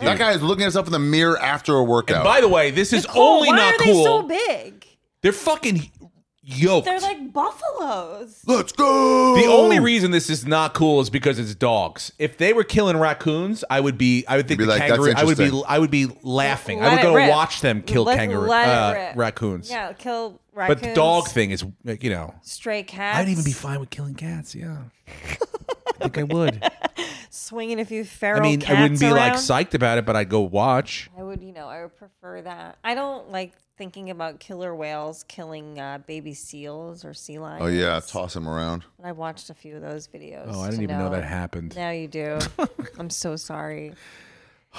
Speaker 3: that guy is looking at himself in the mirror after a workout.
Speaker 4: And by the way, this is
Speaker 2: Cool,
Speaker 4: only
Speaker 2: Oh, why
Speaker 4: not
Speaker 2: are
Speaker 4: cool.
Speaker 2: they so big?
Speaker 4: They're fucking yoked.
Speaker 2: They're like buffaloes.
Speaker 3: Let's go.
Speaker 4: The only reason this is not cool is because it's dogs. If they were killing raccoons, I would be. I would think
Speaker 3: Be
Speaker 4: the
Speaker 3: like, "That's
Speaker 4: kangaroo. I would be.
Speaker 3: interesting."
Speaker 4: I would be laughing.
Speaker 2: Let
Speaker 4: I would
Speaker 2: it
Speaker 4: go
Speaker 2: rip.
Speaker 4: watch them kill
Speaker 2: Let-
Speaker 4: kangaroo
Speaker 2: let it
Speaker 4: uh,
Speaker 2: rip.
Speaker 4: raccoons.
Speaker 2: Yeah, kill
Speaker 4: But
Speaker 2: raccoons.
Speaker 4: the dog thing is, like, you know,
Speaker 2: Stray cats.
Speaker 4: I'd even be fine with killing cats. Yeah, I *laughs* think I would.
Speaker 2: swinging a few
Speaker 4: I
Speaker 2: feral
Speaker 4: mean,
Speaker 2: cats
Speaker 4: I wouldn't be like
Speaker 2: around.
Speaker 4: psyched about it, but I'd go watch.
Speaker 2: I would, you know, I would prefer that. I don't like thinking about killer whales killing uh, baby seals or sea lions.
Speaker 3: Oh yeah, toss him around.
Speaker 2: I watched a few of those videos.
Speaker 4: Oh, I didn't
Speaker 2: to
Speaker 4: even know that happened.
Speaker 2: Now you
Speaker 4: *laughs*
Speaker 2: do. I'm so sorry.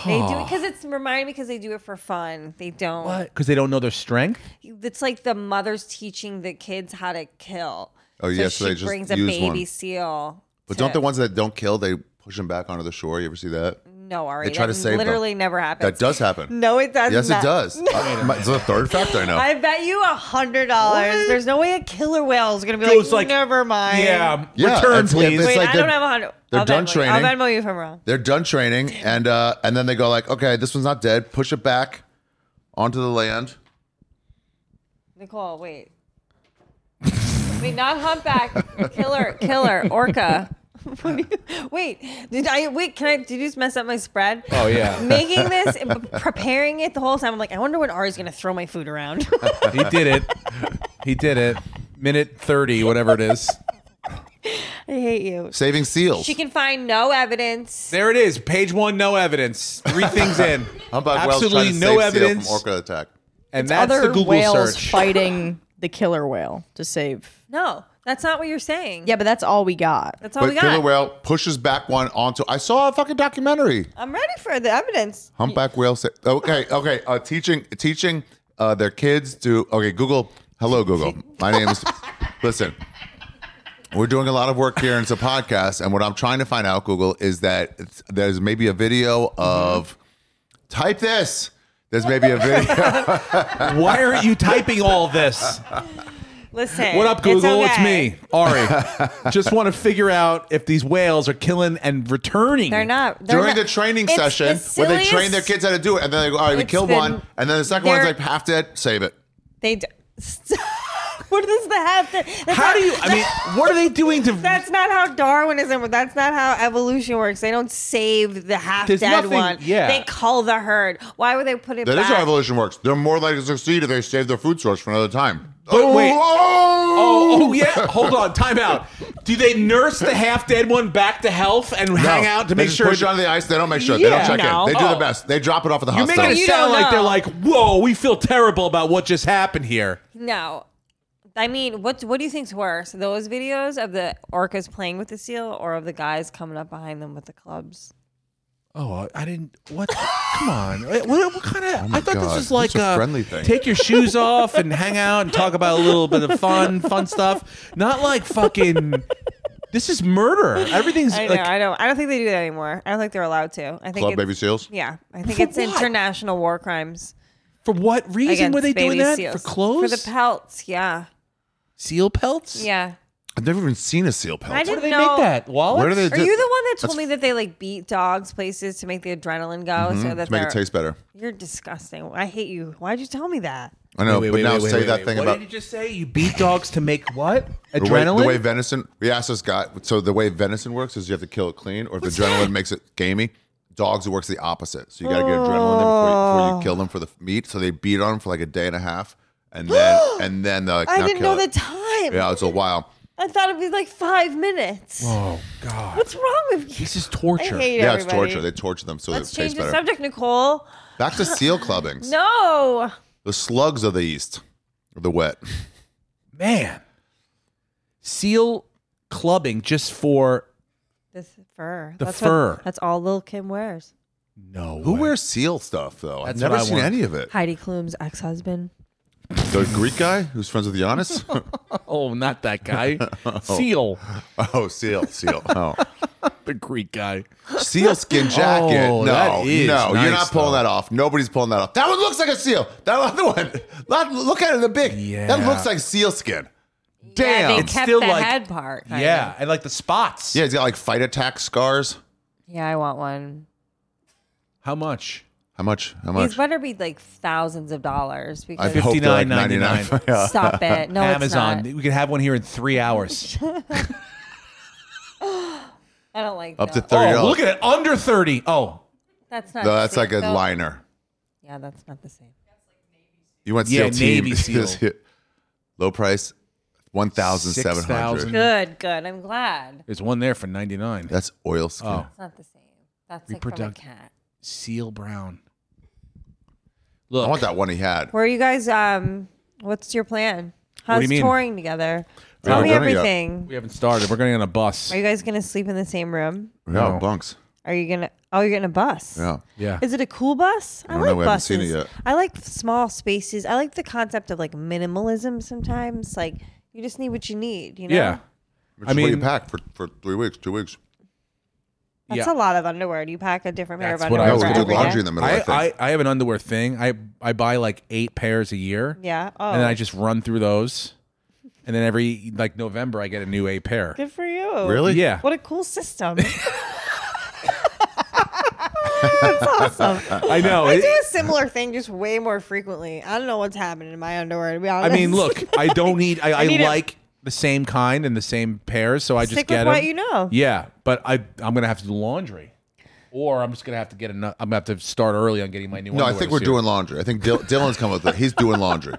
Speaker 2: They do it because it's remind me because they do it for fun. They don't.
Speaker 4: What? Because they don't know their strength.
Speaker 2: It's like the mother's teaching the kids how to kill.
Speaker 3: Oh, yeah, so they just
Speaker 2: brings a
Speaker 3: use
Speaker 2: baby
Speaker 3: one.
Speaker 2: seal.
Speaker 3: But
Speaker 2: to-
Speaker 3: don't the ones that don't kill they push him back onto the shore? You ever see that?
Speaker 2: No, Ari.
Speaker 3: they try
Speaker 2: that
Speaker 3: to save them.
Speaker 2: Literally never happens.
Speaker 3: That
Speaker 2: *laughs*
Speaker 3: does happen.
Speaker 2: No, it does.
Speaker 3: yes,
Speaker 2: not. *laughs*
Speaker 3: it does. Uh, my- It's the third fact I know.
Speaker 2: I bet you a hundred dollars. There's no way a killer whale is gonna be
Speaker 4: Goes
Speaker 2: like,
Speaker 4: like-
Speaker 2: never mind.
Speaker 4: Yeah, um,
Speaker 3: Yeah,
Speaker 4: return
Speaker 3: it's- it's
Speaker 4: please.
Speaker 2: Wait,
Speaker 3: like
Speaker 2: I
Speaker 3: they're-
Speaker 2: don't have a hundred.
Speaker 3: they're
Speaker 2: I'll
Speaker 3: done
Speaker 2: Venmo you. I'll
Speaker 3: training.
Speaker 2: Venmo you if I'm wrong.
Speaker 3: They're done training, and uh, and then they go like, okay, this one's not dead. Push it back onto the land.
Speaker 2: Nicole,
Speaker 3: *laughs*
Speaker 2: wait. wait, not humpback, killer, killer, orca. *laughs* What do you- wait, did I wait? Can I? Did you just mess up my spread?
Speaker 4: Oh yeah,
Speaker 2: Making this, and preparing it the whole time. I'm like, I wonder when Ari's gonna throw my food
Speaker 4: *laughs*
Speaker 2: around.
Speaker 4: *laughs* he did it. He did it. Minute thirty, whatever it is.
Speaker 2: I hate you.
Speaker 3: Saving seals.
Speaker 2: She can find no evidence.
Speaker 4: There it is. Page one, no evidence. Three
Speaker 3: *laughs*
Speaker 4: things in.
Speaker 3: Humpback whales trying
Speaker 4: Absolutely
Speaker 3: to
Speaker 4: no
Speaker 3: save seal
Speaker 4: evidence.
Speaker 3: from orca attack.
Speaker 4: And that's
Speaker 7: Other
Speaker 4: the Google
Speaker 7: whales
Speaker 4: search.
Speaker 7: fighting the killer whale to save.
Speaker 2: No, that's not what you're saying.
Speaker 7: Yeah, but that's all we got.
Speaker 2: that's all
Speaker 3: But
Speaker 2: we got.
Speaker 3: killer whale pushes back one onto. I saw a fucking documentary.
Speaker 2: I'm ready for the evidence.
Speaker 3: Humpback whale. Sa- okay, okay. Uh, teaching teaching
Speaker 2: *laughs*
Speaker 3: uh, their kids to. Okay, Google. Hello, Google. My name's. listen. We're doing a lot of work here. and It's a podcast, and what I'm trying to find out, Google, is that it's- there's maybe a video
Speaker 2: Mm-hmm.
Speaker 3: of type this. There's maybe a
Speaker 2: *laughs*
Speaker 3: video.
Speaker 4: Why aren't you typing all this?
Speaker 2: Listen.
Speaker 4: What up, Google? It's,
Speaker 2: okay.
Speaker 4: me, Ari. Just want to figure out if these whales are killing and returning.
Speaker 2: They're not. They're
Speaker 3: during
Speaker 2: not-
Speaker 3: the training
Speaker 2: It's
Speaker 3: session
Speaker 2: the
Speaker 3: where they train their
Speaker 2: silliest-
Speaker 3: kids how to do it, and then they go, "All right, we
Speaker 2: It's
Speaker 3: killed
Speaker 2: been-
Speaker 3: one," and then the second one's
Speaker 2: they're-
Speaker 3: like half dead, save it.
Speaker 2: They. D- *laughs* what does that have to? that's
Speaker 4: How
Speaker 2: not-
Speaker 4: do you? I mean, what are they doing to?
Speaker 2: *laughs* That's not how Darwinism. That's not how evolution works. They don't save the half
Speaker 4: There's
Speaker 2: dead
Speaker 4: nothing-
Speaker 2: one.
Speaker 4: yeah.
Speaker 2: They cull the herd. Why would they put it
Speaker 3: That is
Speaker 2: back?
Speaker 3: how evolution works. They're more likely to succeed if they save their food source for another time.
Speaker 4: But wait.
Speaker 3: Oh,
Speaker 4: Oh, oh, yeah. Hold on. Time out. Do they nurse the half dead one back to health and hang
Speaker 3: No,
Speaker 4: out to
Speaker 3: they
Speaker 4: make
Speaker 3: just
Speaker 4: sure?
Speaker 3: push it onto the ice. They don't make sure.
Speaker 4: Yeah.
Speaker 3: they don't check
Speaker 2: No.
Speaker 3: in. They do
Speaker 4: Oh.
Speaker 3: the best. They drop it off at the
Speaker 4: You're making
Speaker 3: hospital.
Speaker 4: it
Speaker 2: You
Speaker 4: sound
Speaker 2: don't
Speaker 4: like they're
Speaker 2: know.
Speaker 4: like, whoa, we feel terrible about what just happened here.
Speaker 2: no. I mean, what what do you think's worse? Those videos of the orcas playing with the seal or of the guys coming up behind them with the clubs?
Speaker 4: Oh, I didn't. What? Come on. What, what kind of?
Speaker 3: Oh my
Speaker 4: I thought
Speaker 3: God.
Speaker 4: this was like
Speaker 3: It's a
Speaker 4: uh,
Speaker 3: friendly thing.
Speaker 4: Take
Speaker 3: *laughs*
Speaker 4: your shoes off and hang out and talk about a little bit of fun, fun stuff. Not like fucking. This is murder. Everything's
Speaker 2: I know,
Speaker 4: like.
Speaker 2: I don't I don't think they do that anymore. I don't think they're allowed to. I think
Speaker 3: Club
Speaker 2: it's,
Speaker 3: baby seals.
Speaker 2: Yeah. I think
Speaker 4: For
Speaker 2: it's
Speaker 4: what?
Speaker 2: international war crimes.
Speaker 4: for what reason
Speaker 2: against
Speaker 4: were they doing
Speaker 2: baby
Speaker 4: that?
Speaker 2: seals.
Speaker 4: For clothes?
Speaker 2: For the pelts, yeah.
Speaker 4: seal pelts?
Speaker 2: Yeah.
Speaker 3: I've never even seen a seal pelt.
Speaker 2: I
Speaker 4: Where do
Speaker 2: didn't
Speaker 4: they
Speaker 2: know
Speaker 4: make that? Wallets?
Speaker 3: Where do they
Speaker 2: Are
Speaker 3: do-
Speaker 2: you the one that told
Speaker 3: That's-
Speaker 2: me that they like beat dogs places to make the adrenaline go so that
Speaker 3: to make
Speaker 2: they're,
Speaker 3: it taste better.
Speaker 2: You're disgusting. I hate you. Why'd you tell me that?
Speaker 3: I know,
Speaker 4: Wait,
Speaker 3: but
Speaker 4: wait,
Speaker 3: now
Speaker 4: wait, wait,
Speaker 3: say
Speaker 4: wait,
Speaker 3: that
Speaker 4: wait.
Speaker 3: thing
Speaker 4: what
Speaker 3: about
Speaker 4: What did you just say? You beat dogs to make what?
Speaker 3: the way,
Speaker 4: Adrenaline.
Speaker 3: the way venison. We asked this guy. So the way venison works is you have to kill it clean, or if adrenaline makes it gamey. Dogs, it works the opposite. So you got to get adrenaline in there before you, before you kill them for the meat. So they beat on them for like a day and a half, and then
Speaker 4: *gasps*
Speaker 3: and then they're like,
Speaker 2: I
Speaker 3: now
Speaker 2: didn't
Speaker 3: kill
Speaker 2: know the
Speaker 3: it.
Speaker 2: time.
Speaker 3: Yeah, it's a while.
Speaker 2: I thought it'd be like five minutes.
Speaker 4: oh God.
Speaker 2: What's wrong with you?
Speaker 4: This is torture.
Speaker 2: I hate
Speaker 3: Yeah, it's
Speaker 2: everybody.
Speaker 3: torture. They torture them so
Speaker 2: Let's
Speaker 3: that it
Speaker 2: change
Speaker 3: tastes
Speaker 2: the
Speaker 3: better.
Speaker 2: subject, Nicole.
Speaker 3: Back to
Speaker 4: *laughs*
Speaker 3: seal clubbings.
Speaker 2: No.
Speaker 3: The slugs of the east, of the wet.
Speaker 4: Man. Seal clubbing just for
Speaker 2: This fur.
Speaker 4: The
Speaker 2: that's
Speaker 4: fur.
Speaker 2: What, that's all Lil Kim wears.
Speaker 4: no.
Speaker 3: Who
Speaker 4: way.
Speaker 3: wears seal stuff though?
Speaker 4: That's
Speaker 3: I've never
Speaker 4: what I
Speaker 3: seen
Speaker 4: want.
Speaker 3: any of it.
Speaker 2: Heidi Klum's ex-husband.
Speaker 3: The Greek guy who's friends with Giannis. *laughs*
Speaker 4: Oh, not that *laughs* guy. Seal,
Speaker 3: oh, seal, seal. Oh.
Speaker 4: the Greek guy.
Speaker 3: *laughs* sealskin jacket.
Speaker 4: Oh,
Speaker 3: no,
Speaker 4: that is
Speaker 3: no,
Speaker 4: nice,
Speaker 3: you're not pulling
Speaker 4: though.
Speaker 3: that off. Nobody's pulling that off. That one looks like a seal. That other one, *laughs* that- look at it, the big. That
Speaker 4: Yeah.
Speaker 3: looks like sealskin.
Speaker 2: Yeah, they
Speaker 3: Damn.
Speaker 4: It's
Speaker 2: kept
Speaker 4: still
Speaker 2: the
Speaker 4: like-
Speaker 2: head part. kinda.
Speaker 4: Yeah, and like the spots.
Speaker 3: Yeah, he's got like fight attack scars.
Speaker 2: Yeah, I want one.
Speaker 4: How much?
Speaker 3: How much? How
Speaker 2: These
Speaker 3: much?
Speaker 2: better be like thousands of dollars *laughs* because
Speaker 3: *laughs* I'd hope they're like
Speaker 4: 59.99.
Speaker 3: 99. *laughs* Yeah.
Speaker 2: stop it. No,
Speaker 4: Amazon.
Speaker 2: it's not.
Speaker 4: We could have one here in
Speaker 2: *laughs*
Speaker 4: three hours.
Speaker 2: I don't like
Speaker 3: Up to
Speaker 2: that.
Speaker 3: thirty
Speaker 4: Oh,
Speaker 3: dollars.
Speaker 4: look at it. Under thirty. Oh,
Speaker 2: That's not.
Speaker 3: no, that's
Speaker 2: safe,
Speaker 3: like a
Speaker 2: though.
Speaker 3: liner.
Speaker 2: Yeah, that's not the same.
Speaker 3: You want
Speaker 4: Yeah,
Speaker 3: seal team? *laughs*
Speaker 4: Navy seal.
Speaker 3: Low price, one thousand seven hundred.
Speaker 4: 6,000.
Speaker 2: Good, good. I'm glad.
Speaker 4: there's one there for ninety nine.
Speaker 3: That's oil skin.
Speaker 4: Oh.
Speaker 2: It's not the same. That's like from a
Speaker 4: Reproduct-
Speaker 2: cat.
Speaker 4: Seal brown. Look,
Speaker 3: I want that one he had.
Speaker 2: Where are you guys? Um, what's your plan?
Speaker 4: What do
Speaker 2: How's
Speaker 4: you mean?
Speaker 2: touring together?
Speaker 3: We
Speaker 2: Tell
Speaker 3: haven't
Speaker 2: me
Speaker 3: done it yet.
Speaker 2: everything.
Speaker 4: we haven't started. We're going on a bus.
Speaker 2: Are you guys gonna sleep in the same room?
Speaker 3: Yeah,
Speaker 4: No.
Speaker 3: bunks.
Speaker 2: Are you gonna? Oh, you're getting a bus.
Speaker 3: Yeah.
Speaker 4: yeah.
Speaker 2: Is it a cool bus? I,
Speaker 3: don't
Speaker 2: like
Speaker 3: know. We haven't
Speaker 2: buses.
Speaker 3: seen it yet.
Speaker 2: I like small spaces. I like the concept of like minimalism. Sometimes, like you just need what you need. You know.
Speaker 4: Yeah.
Speaker 3: Which
Speaker 4: I
Speaker 3: I mean, what you
Speaker 4: mean-
Speaker 3: pack for, for three weeks, two weeks.
Speaker 2: That's
Speaker 4: Yeah.
Speaker 2: a lot of underwear. Do you pack a different pair of
Speaker 4: That's what I
Speaker 2: underwear?
Speaker 3: No,
Speaker 4: was
Speaker 2: for
Speaker 3: we
Speaker 4: gonna
Speaker 3: do
Speaker 2: every
Speaker 3: laundry
Speaker 2: day?
Speaker 3: in the middle. I,
Speaker 4: I,
Speaker 3: think.
Speaker 4: I, I have an underwear thing. I I buy like eight pairs a year.
Speaker 2: Yeah. Oh.
Speaker 4: And then I just run through those. And then every like November I get a new eight pair.
Speaker 2: Good for you.
Speaker 3: really?
Speaker 4: Yeah.
Speaker 2: What a cool
Speaker 3: *laughs*
Speaker 2: system. *laughs* That's awesome.
Speaker 3: *laughs*
Speaker 4: I know.
Speaker 2: I
Speaker 4: it-
Speaker 2: do a similar thing, just way more frequently. I don't know what's happening in my underwear. To be honest,
Speaker 4: I mean,
Speaker 2: *laughs*
Speaker 4: look, I don't need. I, I,
Speaker 2: need it.
Speaker 4: like the same kind and the same pairs, so I just
Speaker 2: Stick
Speaker 4: get
Speaker 2: with
Speaker 4: them.
Speaker 2: what you know.
Speaker 4: Yeah, but I I'm gonna have to do laundry, or I'm just gonna have to get enough. I'm gonna have to start early on getting my new.
Speaker 3: No, I
Speaker 4: underwear
Speaker 3: think
Speaker 4: this
Speaker 3: we're
Speaker 4: year.
Speaker 3: doing laundry. I think Dil- Dylan's coming up with it. He's doing
Speaker 4: *laughs*
Speaker 3: laundry.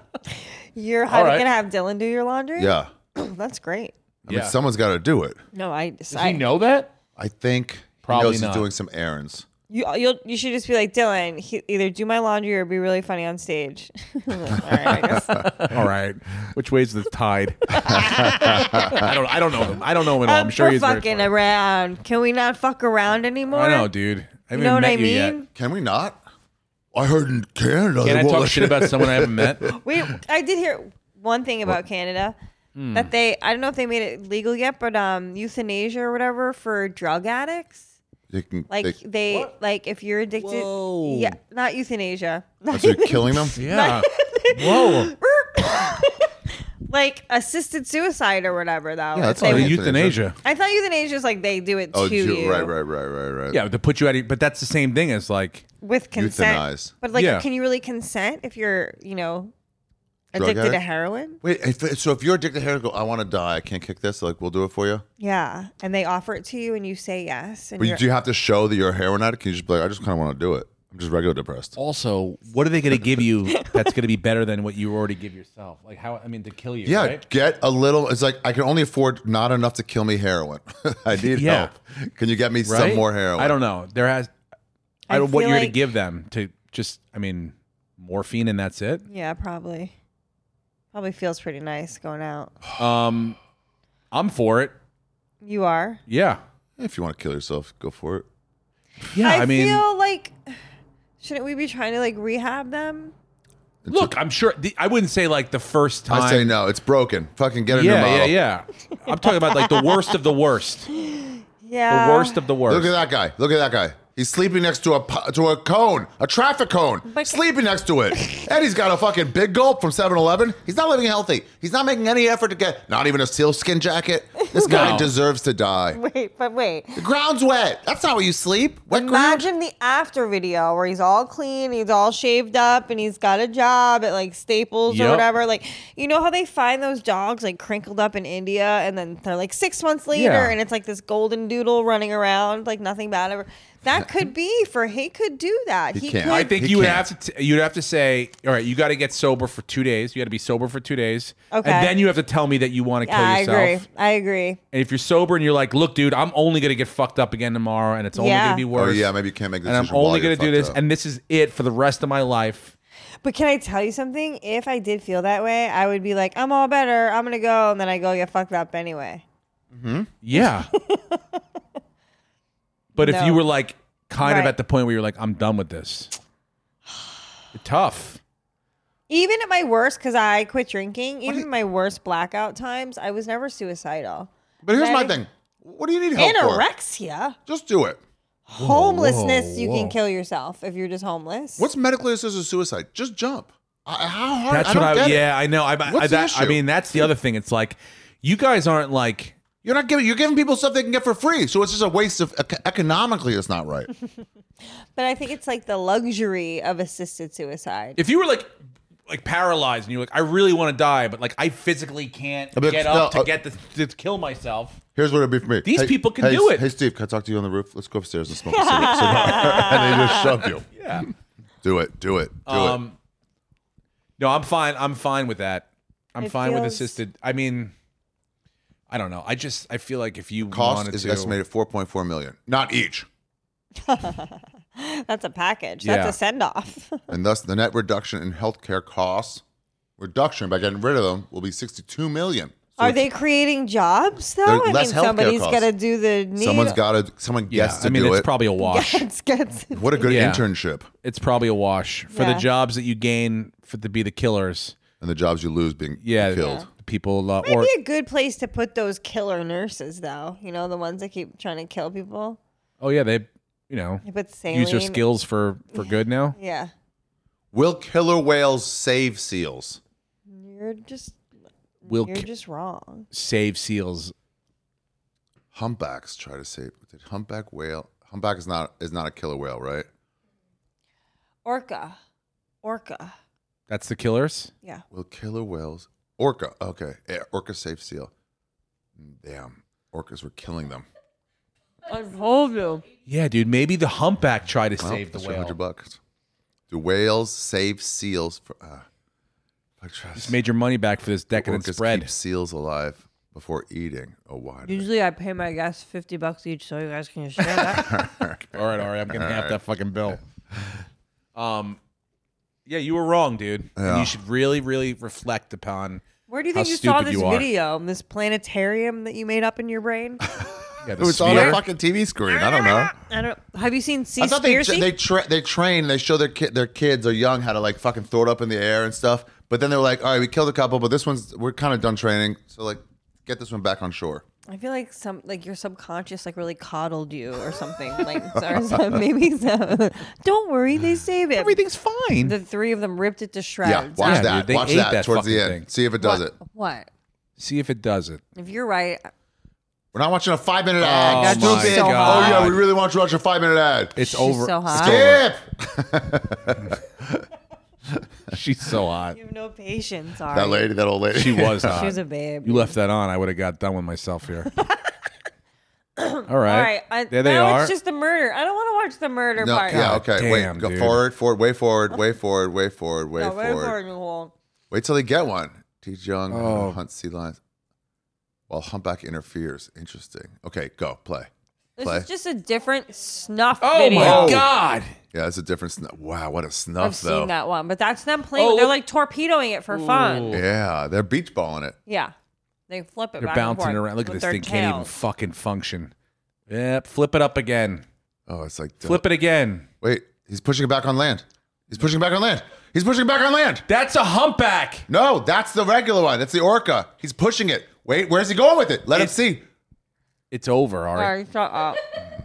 Speaker 2: you're how
Speaker 4: right.
Speaker 2: gonna have Dylan do your laundry.
Speaker 3: Yeah.
Speaker 2: *clears throat* that's great.
Speaker 3: I mean,
Speaker 4: Yeah.
Speaker 3: someone's got to do it.
Speaker 2: No, I.
Speaker 4: Does
Speaker 2: I
Speaker 4: he know
Speaker 3: *laughs*
Speaker 4: that?
Speaker 3: I think
Speaker 4: Probably
Speaker 3: he knows
Speaker 4: not.
Speaker 3: he's doing some errands.
Speaker 2: You you'll, you should just be like Dylan. He, either do my laundry or be really funny on stage. *laughs* All
Speaker 4: *laughs*
Speaker 2: right, I guess.
Speaker 4: All right, which way's the
Speaker 3: *laughs*
Speaker 4: tide? I don't. I don't know him. I don't know him at all. I'm,
Speaker 2: Um,
Speaker 4: sure
Speaker 2: we're
Speaker 4: he's very
Speaker 2: fucking
Speaker 4: smart.
Speaker 2: around. Can we not fuck around anymore?
Speaker 4: I know, dude. I haven't
Speaker 2: You know
Speaker 4: even
Speaker 2: what
Speaker 4: met
Speaker 2: I
Speaker 4: you yet.
Speaker 2: mean?
Speaker 3: Can we not? I heard in Canada.
Speaker 4: Can
Speaker 3: they
Speaker 4: I
Speaker 3: won't
Speaker 4: talk
Speaker 3: let
Speaker 4: shit
Speaker 3: you-
Speaker 4: about someone I haven't met?
Speaker 2: We I did hear one thing about Canada.
Speaker 4: Hmm.
Speaker 2: that they I don't know if they made it legal yet, but um euthanasia or whatever for drug addicts.
Speaker 3: You can,
Speaker 2: Like
Speaker 3: they,
Speaker 2: they, like if you're addicted
Speaker 4: Whoa.
Speaker 2: Yeah, not euthanasia. *laughs*
Speaker 3: that's what you're killing them.
Speaker 4: Yeah.
Speaker 3: *laughs*
Speaker 4: Whoa.
Speaker 2: like assisted suicide or whatever though.
Speaker 3: Yeah,
Speaker 2: if
Speaker 3: that's
Speaker 2: they
Speaker 3: all
Speaker 2: would-
Speaker 3: you-
Speaker 4: euthanasia.
Speaker 2: I thought euthanasia is like they do it
Speaker 3: Oh,
Speaker 2: to
Speaker 3: ju-
Speaker 2: you
Speaker 3: right, right, right, right, right.
Speaker 4: Yeah, to put you out. Of, but that's the same thing as like.
Speaker 2: with consent.
Speaker 3: Euthanize.
Speaker 2: But like
Speaker 4: Yeah.
Speaker 2: can you really consent if you're, you know,
Speaker 3: Drug
Speaker 2: addicted to
Speaker 3: addict?
Speaker 2: heroin?
Speaker 3: Wait, if, so if you're addicted to heroin, go, I want to die. I can't kick this. Like, we'll do it for you.
Speaker 2: Yeah. And they offer it to you and you say yes. And
Speaker 3: But you,
Speaker 2: you're-
Speaker 3: do you have to show that you're a heroin addict? Can you just be like, I just kind of want to do it. I'm just regular depressed.
Speaker 4: Also, what are they going to give you
Speaker 3: *laughs*
Speaker 4: that's going to be better than what you already give yourself? Like how? I mean, to kill you.
Speaker 3: Yeah,
Speaker 4: Right?
Speaker 3: get a little. It's like I can only afford not enough to kill me heroin. *laughs* I need
Speaker 4: Yeah.
Speaker 3: help. Can you get me
Speaker 4: Right?
Speaker 3: some more heroin?
Speaker 4: I don't know. There has. I don't know what
Speaker 2: feel
Speaker 4: you're going
Speaker 2: like-
Speaker 4: to give them to just. I mean, morphine and that's it.
Speaker 2: Yeah, probably. Probably feels pretty nice going out.
Speaker 4: Um, I'm for it.
Speaker 2: You are.
Speaker 4: Yeah.
Speaker 3: If you want to kill yourself, go for it.
Speaker 4: Yeah. I, mean,
Speaker 2: feel like shouldn't we be trying to like rehab them?
Speaker 4: look. I'm sure. The, I wouldn't say like the first time.
Speaker 3: I say no. It's broken. Fucking get a new
Speaker 4: Yeah,
Speaker 3: model.
Speaker 4: yeah, yeah. I'm talking about like the worst of the worst. The
Speaker 2: Yeah. *laughs*
Speaker 4: worst of the worst.
Speaker 3: Look at that guy. Look at that guy. He's sleeping next to a po- to a cone, a traffic cone.
Speaker 2: But-
Speaker 3: sleeping next
Speaker 2: *laughs*
Speaker 3: to it. And he's got a fucking big gulp from 7-Eleven. He's not living healthy. He's not making any effort to get not even a sealskin jacket. This guy
Speaker 4: No.
Speaker 3: deserves
Speaker 2: *laughs*
Speaker 3: to die.
Speaker 2: Wait, but wait.
Speaker 3: The ground's wet. That's not where you sleep. Wet ground.
Speaker 2: Imagine the after video where he's all clean, he's all shaved up, and he's got a job at like Staples
Speaker 4: Yep.
Speaker 2: or whatever. Like, you know how they find those dogs like crinkled up in India, and then they're like six months later,
Speaker 4: Yeah.
Speaker 2: and it's like this golden doodle running around, like nothing bad ever. That could be for he could do that.
Speaker 3: He can't.
Speaker 4: I
Speaker 2: could
Speaker 4: think
Speaker 3: He
Speaker 4: you would
Speaker 3: can't.
Speaker 4: have to. T- you'd have to say, all right, you got to get sober for two days. You got to be sober for two days,
Speaker 2: Okay.
Speaker 4: and then you have to tell me that you want to
Speaker 2: Yeah, I
Speaker 4: kill yourself.
Speaker 2: agree. I agree.
Speaker 4: And if you're sober and you're like, look, dude, I'm only gonna get fucked up again tomorrow, and it's only
Speaker 2: Yeah.
Speaker 4: gonna be
Speaker 3: Oh
Speaker 4: worse.
Speaker 3: yeah, maybe you can't make this.
Speaker 4: And I'm only gonna do this, and this is it for the rest of my life.
Speaker 2: But can I tell you something? If I did feel that way, I would be like, I'm all better. I'm gonna go, and then I go get fucked up anyway. *laughs*
Speaker 4: Yeah. but if
Speaker 2: No.
Speaker 4: you were like kind of
Speaker 2: Right.
Speaker 4: at the point where you're like, I'm done with this, tough.
Speaker 2: Even at my worst, because I quit drinking. Even my worst blackout times, I was never suicidal.
Speaker 3: But here's my
Speaker 2: Ready?
Speaker 3: thing. What do you
Speaker 4: Oh,
Speaker 3: need help for?
Speaker 2: Anorexia,
Speaker 3: Just do it.
Speaker 2: homelessness. you
Speaker 4: whoa.
Speaker 2: can kill yourself if you're just homeless.
Speaker 3: What's medically assisted suicide? Just jump. I, how hard?
Speaker 4: That's
Speaker 3: I don't
Speaker 4: what I.
Speaker 3: get it.
Speaker 4: Yeah, I know. I, I,
Speaker 3: What's the
Speaker 4: that, I
Speaker 3: issue?
Speaker 4: mean, that's the other thing. It's like you guys aren't like.
Speaker 3: You're not giving. You're giving people stuff they can get for free. So it's just a waste of. ec- Economically, it's not right.
Speaker 2: But I think it's like the luxury of assisted suicide.
Speaker 4: If you were like like paralyzed and you're like, I really want to die, but like I physically can't
Speaker 3: But
Speaker 4: get
Speaker 3: no,
Speaker 4: up to
Speaker 3: uh,
Speaker 4: get the, to kill myself.
Speaker 3: Here's what it'd be for me.
Speaker 4: These
Speaker 3: Hey-
Speaker 4: people can
Speaker 3: hey,
Speaker 4: do
Speaker 3: S-
Speaker 4: it.
Speaker 3: Hey Steve, can I talk to you on the roof? Let's go upstairs and smoke
Speaker 4: *laughs*
Speaker 3: a cigarette. and they just shove you.
Speaker 4: Yeah.
Speaker 3: *laughs* Do it. Do it. Do
Speaker 4: Um. No, I'm fine. I'm fine with that. I'm
Speaker 2: It
Speaker 4: fine with
Speaker 2: feels-
Speaker 4: assisted. I mean, I don't know. I just I feel like if you
Speaker 3: it. Cost
Speaker 4: wanted
Speaker 3: is
Speaker 4: to,
Speaker 3: estimated 4.4 million, not each,
Speaker 2: That's a package.
Speaker 4: Yeah.
Speaker 2: That's a send off.
Speaker 3: and thus the net reduction in healthcare costs reduction by getting rid of them will be 62 million. So
Speaker 2: Are they creating jobs though?
Speaker 3: There-
Speaker 2: I mean,
Speaker 3: less healthcare
Speaker 2: somebody's
Speaker 3: costs.
Speaker 2: to do the need.
Speaker 3: someone's
Speaker 2: *laughs*
Speaker 3: got to. Someone
Speaker 4: yeah,
Speaker 3: gets to
Speaker 4: I mean
Speaker 3: do
Speaker 4: it's
Speaker 3: it.
Speaker 4: probably a wash.
Speaker 2: It's
Speaker 4: *laughs*
Speaker 2: gets
Speaker 3: what a good
Speaker 4: Yeah.
Speaker 3: internship.
Speaker 4: It's probably a wash for the
Speaker 2: Yeah.
Speaker 4: jobs that you gain for to be the killers.
Speaker 3: And the jobs you lose being
Speaker 4: Yeah,
Speaker 3: killed.
Speaker 4: people uh,
Speaker 2: Might
Speaker 4: or
Speaker 2: be a good place to put those killer nurses, though. You know, the ones that keep trying to kill people.
Speaker 4: oh yeah, they you know
Speaker 2: You put saline.
Speaker 4: use their skills for for good
Speaker 2: *laughs*
Speaker 4: now.
Speaker 2: Yeah,
Speaker 3: Will killer whales save seals?
Speaker 2: you're just
Speaker 4: Will
Speaker 2: you're
Speaker 4: k-
Speaker 2: just wrong.
Speaker 4: save seals.
Speaker 3: Humpbacks try to save. Did humpback whale? Humpback is not is not a killer whale, right?
Speaker 2: Orca, orca.
Speaker 4: That's the killers.
Speaker 2: Yeah,
Speaker 3: Will killer whales? Orca. Okay, yeah, orca safe seal. Damn, orcas were killing them.
Speaker 4: Yeah, dude. Maybe the humpback tried to
Speaker 3: Well,
Speaker 4: save the
Speaker 3: that's your
Speaker 4: whale.
Speaker 3: Hundred bucks. Do whales save seals for? Uh, I trust.
Speaker 4: Made your money back for this decadent
Speaker 3: orcas
Speaker 4: spread.
Speaker 3: keep seals alive before eating. Oh, why? do they?
Speaker 8: Usually I pay my guests 50 bucks each, so you guys can share that.
Speaker 4: *laughs* All right, all right. I'm gonna have that fucking bill. Um, yeah, you were wrong, dude. And
Speaker 3: Yeah.
Speaker 4: you should really, really reflect upon.
Speaker 2: where do you
Speaker 4: How
Speaker 2: think you saw
Speaker 4: stupid
Speaker 2: this
Speaker 4: you are.
Speaker 2: video, this planetarium that you made up in your brain?
Speaker 4: Yeah,
Speaker 3: It was on a fucking TV screen. I don't know.
Speaker 2: I don't. Have you seen
Speaker 3: I thought they
Speaker 2: Seaspiracy?
Speaker 3: they tra- they train they show their kid their kids are young how to like fucking throw it up in the air and stuff. But then they were like, all right, we killed a couple, but this one's we're kind of done training, so like get this one back on shore.
Speaker 2: I feel like some like your subconscious like really coddled you or something. Like *laughs* or
Speaker 4: *laughs*
Speaker 2: some, maybe some. Don't worry, they save it.
Speaker 4: Everything's fine.
Speaker 2: The three of them ripped it to shreds.
Speaker 3: Yeah, watch
Speaker 4: dude,
Speaker 3: that.
Speaker 4: they
Speaker 3: watch
Speaker 4: ate
Speaker 3: that,
Speaker 4: that
Speaker 3: towards the
Speaker 4: fucking
Speaker 3: end.
Speaker 4: thing.
Speaker 3: See if it does it.
Speaker 2: What?
Speaker 4: See if it does it.
Speaker 2: If you're right,
Speaker 3: We're not watching a five minute ad.
Speaker 4: Oh
Speaker 2: that's my
Speaker 3: stupid.
Speaker 2: so
Speaker 3: oh
Speaker 2: hot.
Speaker 3: yeah, we really want you to watch a five minute ad.
Speaker 4: It's
Speaker 2: she's
Speaker 4: over.
Speaker 2: so hot.
Speaker 3: Skip.
Speaker 4: *laughs* She's so hot.
Speaker 2: You have no patience, are
Speaker 3: That
Speaker 2: you?
Speaker 3: lady, that old lady.
Speaker 4: *laughs* She was hot.
Speaker 2: She was a babe.
Speaker 4: you left that on. I would have got done with
Speaker 2: *laughs*
Speaker 4: myself here. All right.
Speaker 2: All right, I,
Speaker 4: there they
Speaker 2: now
Speaker 4: are.
Speaker 2: It's just the murder. I don't want to watch the murder
Speaker 3: No,
Speaker 2: part.
Speaker 3: yeah,
Speaker 4: God
Speaker 3: okay.
Speaker 4: damn,
Speaker 3: Wait, go
Speaker 4: dude.
Speaker 3: forward, forward, way
Speaker 2: *laughs*
Speaker 3: forward, way forward, way forward, way
Speaker 2: No, wait
Speaker 3: forward.
Speaker 2: for it, Nicole.
Speaker 3: Wait till they get one. Teach young
Speaker 4: Oh.
Speaker 3: hunt sea lions. While humpback interferes. Interesting. Okay, go play.
Speaker 2: This
Speaker 3: Play.
Speaker 2: is just a different snuff
Speaker 4: oh
Speaker 2: video.
Speaker 4: my god.
Speaker 3: Yeah, that's a different snuff. Wow, what a snuff
Speaker 2: I've
Speaker 3: though.
Speaker 2: seen that one, but that's them playing.
Speaker 4: Oh,
Speaker 2: They're like torpedoing it for fun.
Speaker 3: Yeah, they're beach balling it.
Speaker 2: Yeah, they flip it.
Speaker 4: They're
Speaker 2: back
Speaker 4: bouncing
Speaker 2: and forth
Speaker 4: around. Look at
Speaker 2: with
Speaker 4: this
Speaker 2: their
Speaker 4: thing. Can't even
Speaker 2: tails.
Speaker 4: fucking function. Yep. Flip it up again.
Speaker 3: Oh, it's like
Speaker 4: Flip it again.
Speaker 3: Wait, he's pushing it back on land. He's pushing it back on land. He's pushing it back on land.
Speaker 4: That's a humpback.
Speaker 3: No, that's the regular one. That's the orca. He's pushing it. Wait, where's he going with it? Let him
Speaker 4: It's-
Speaker 3: see.
Speaker 4: It's over, all right.
Speaker 2: Sorry, shut
Speaker 4: *laughs*
Speaker 2: up.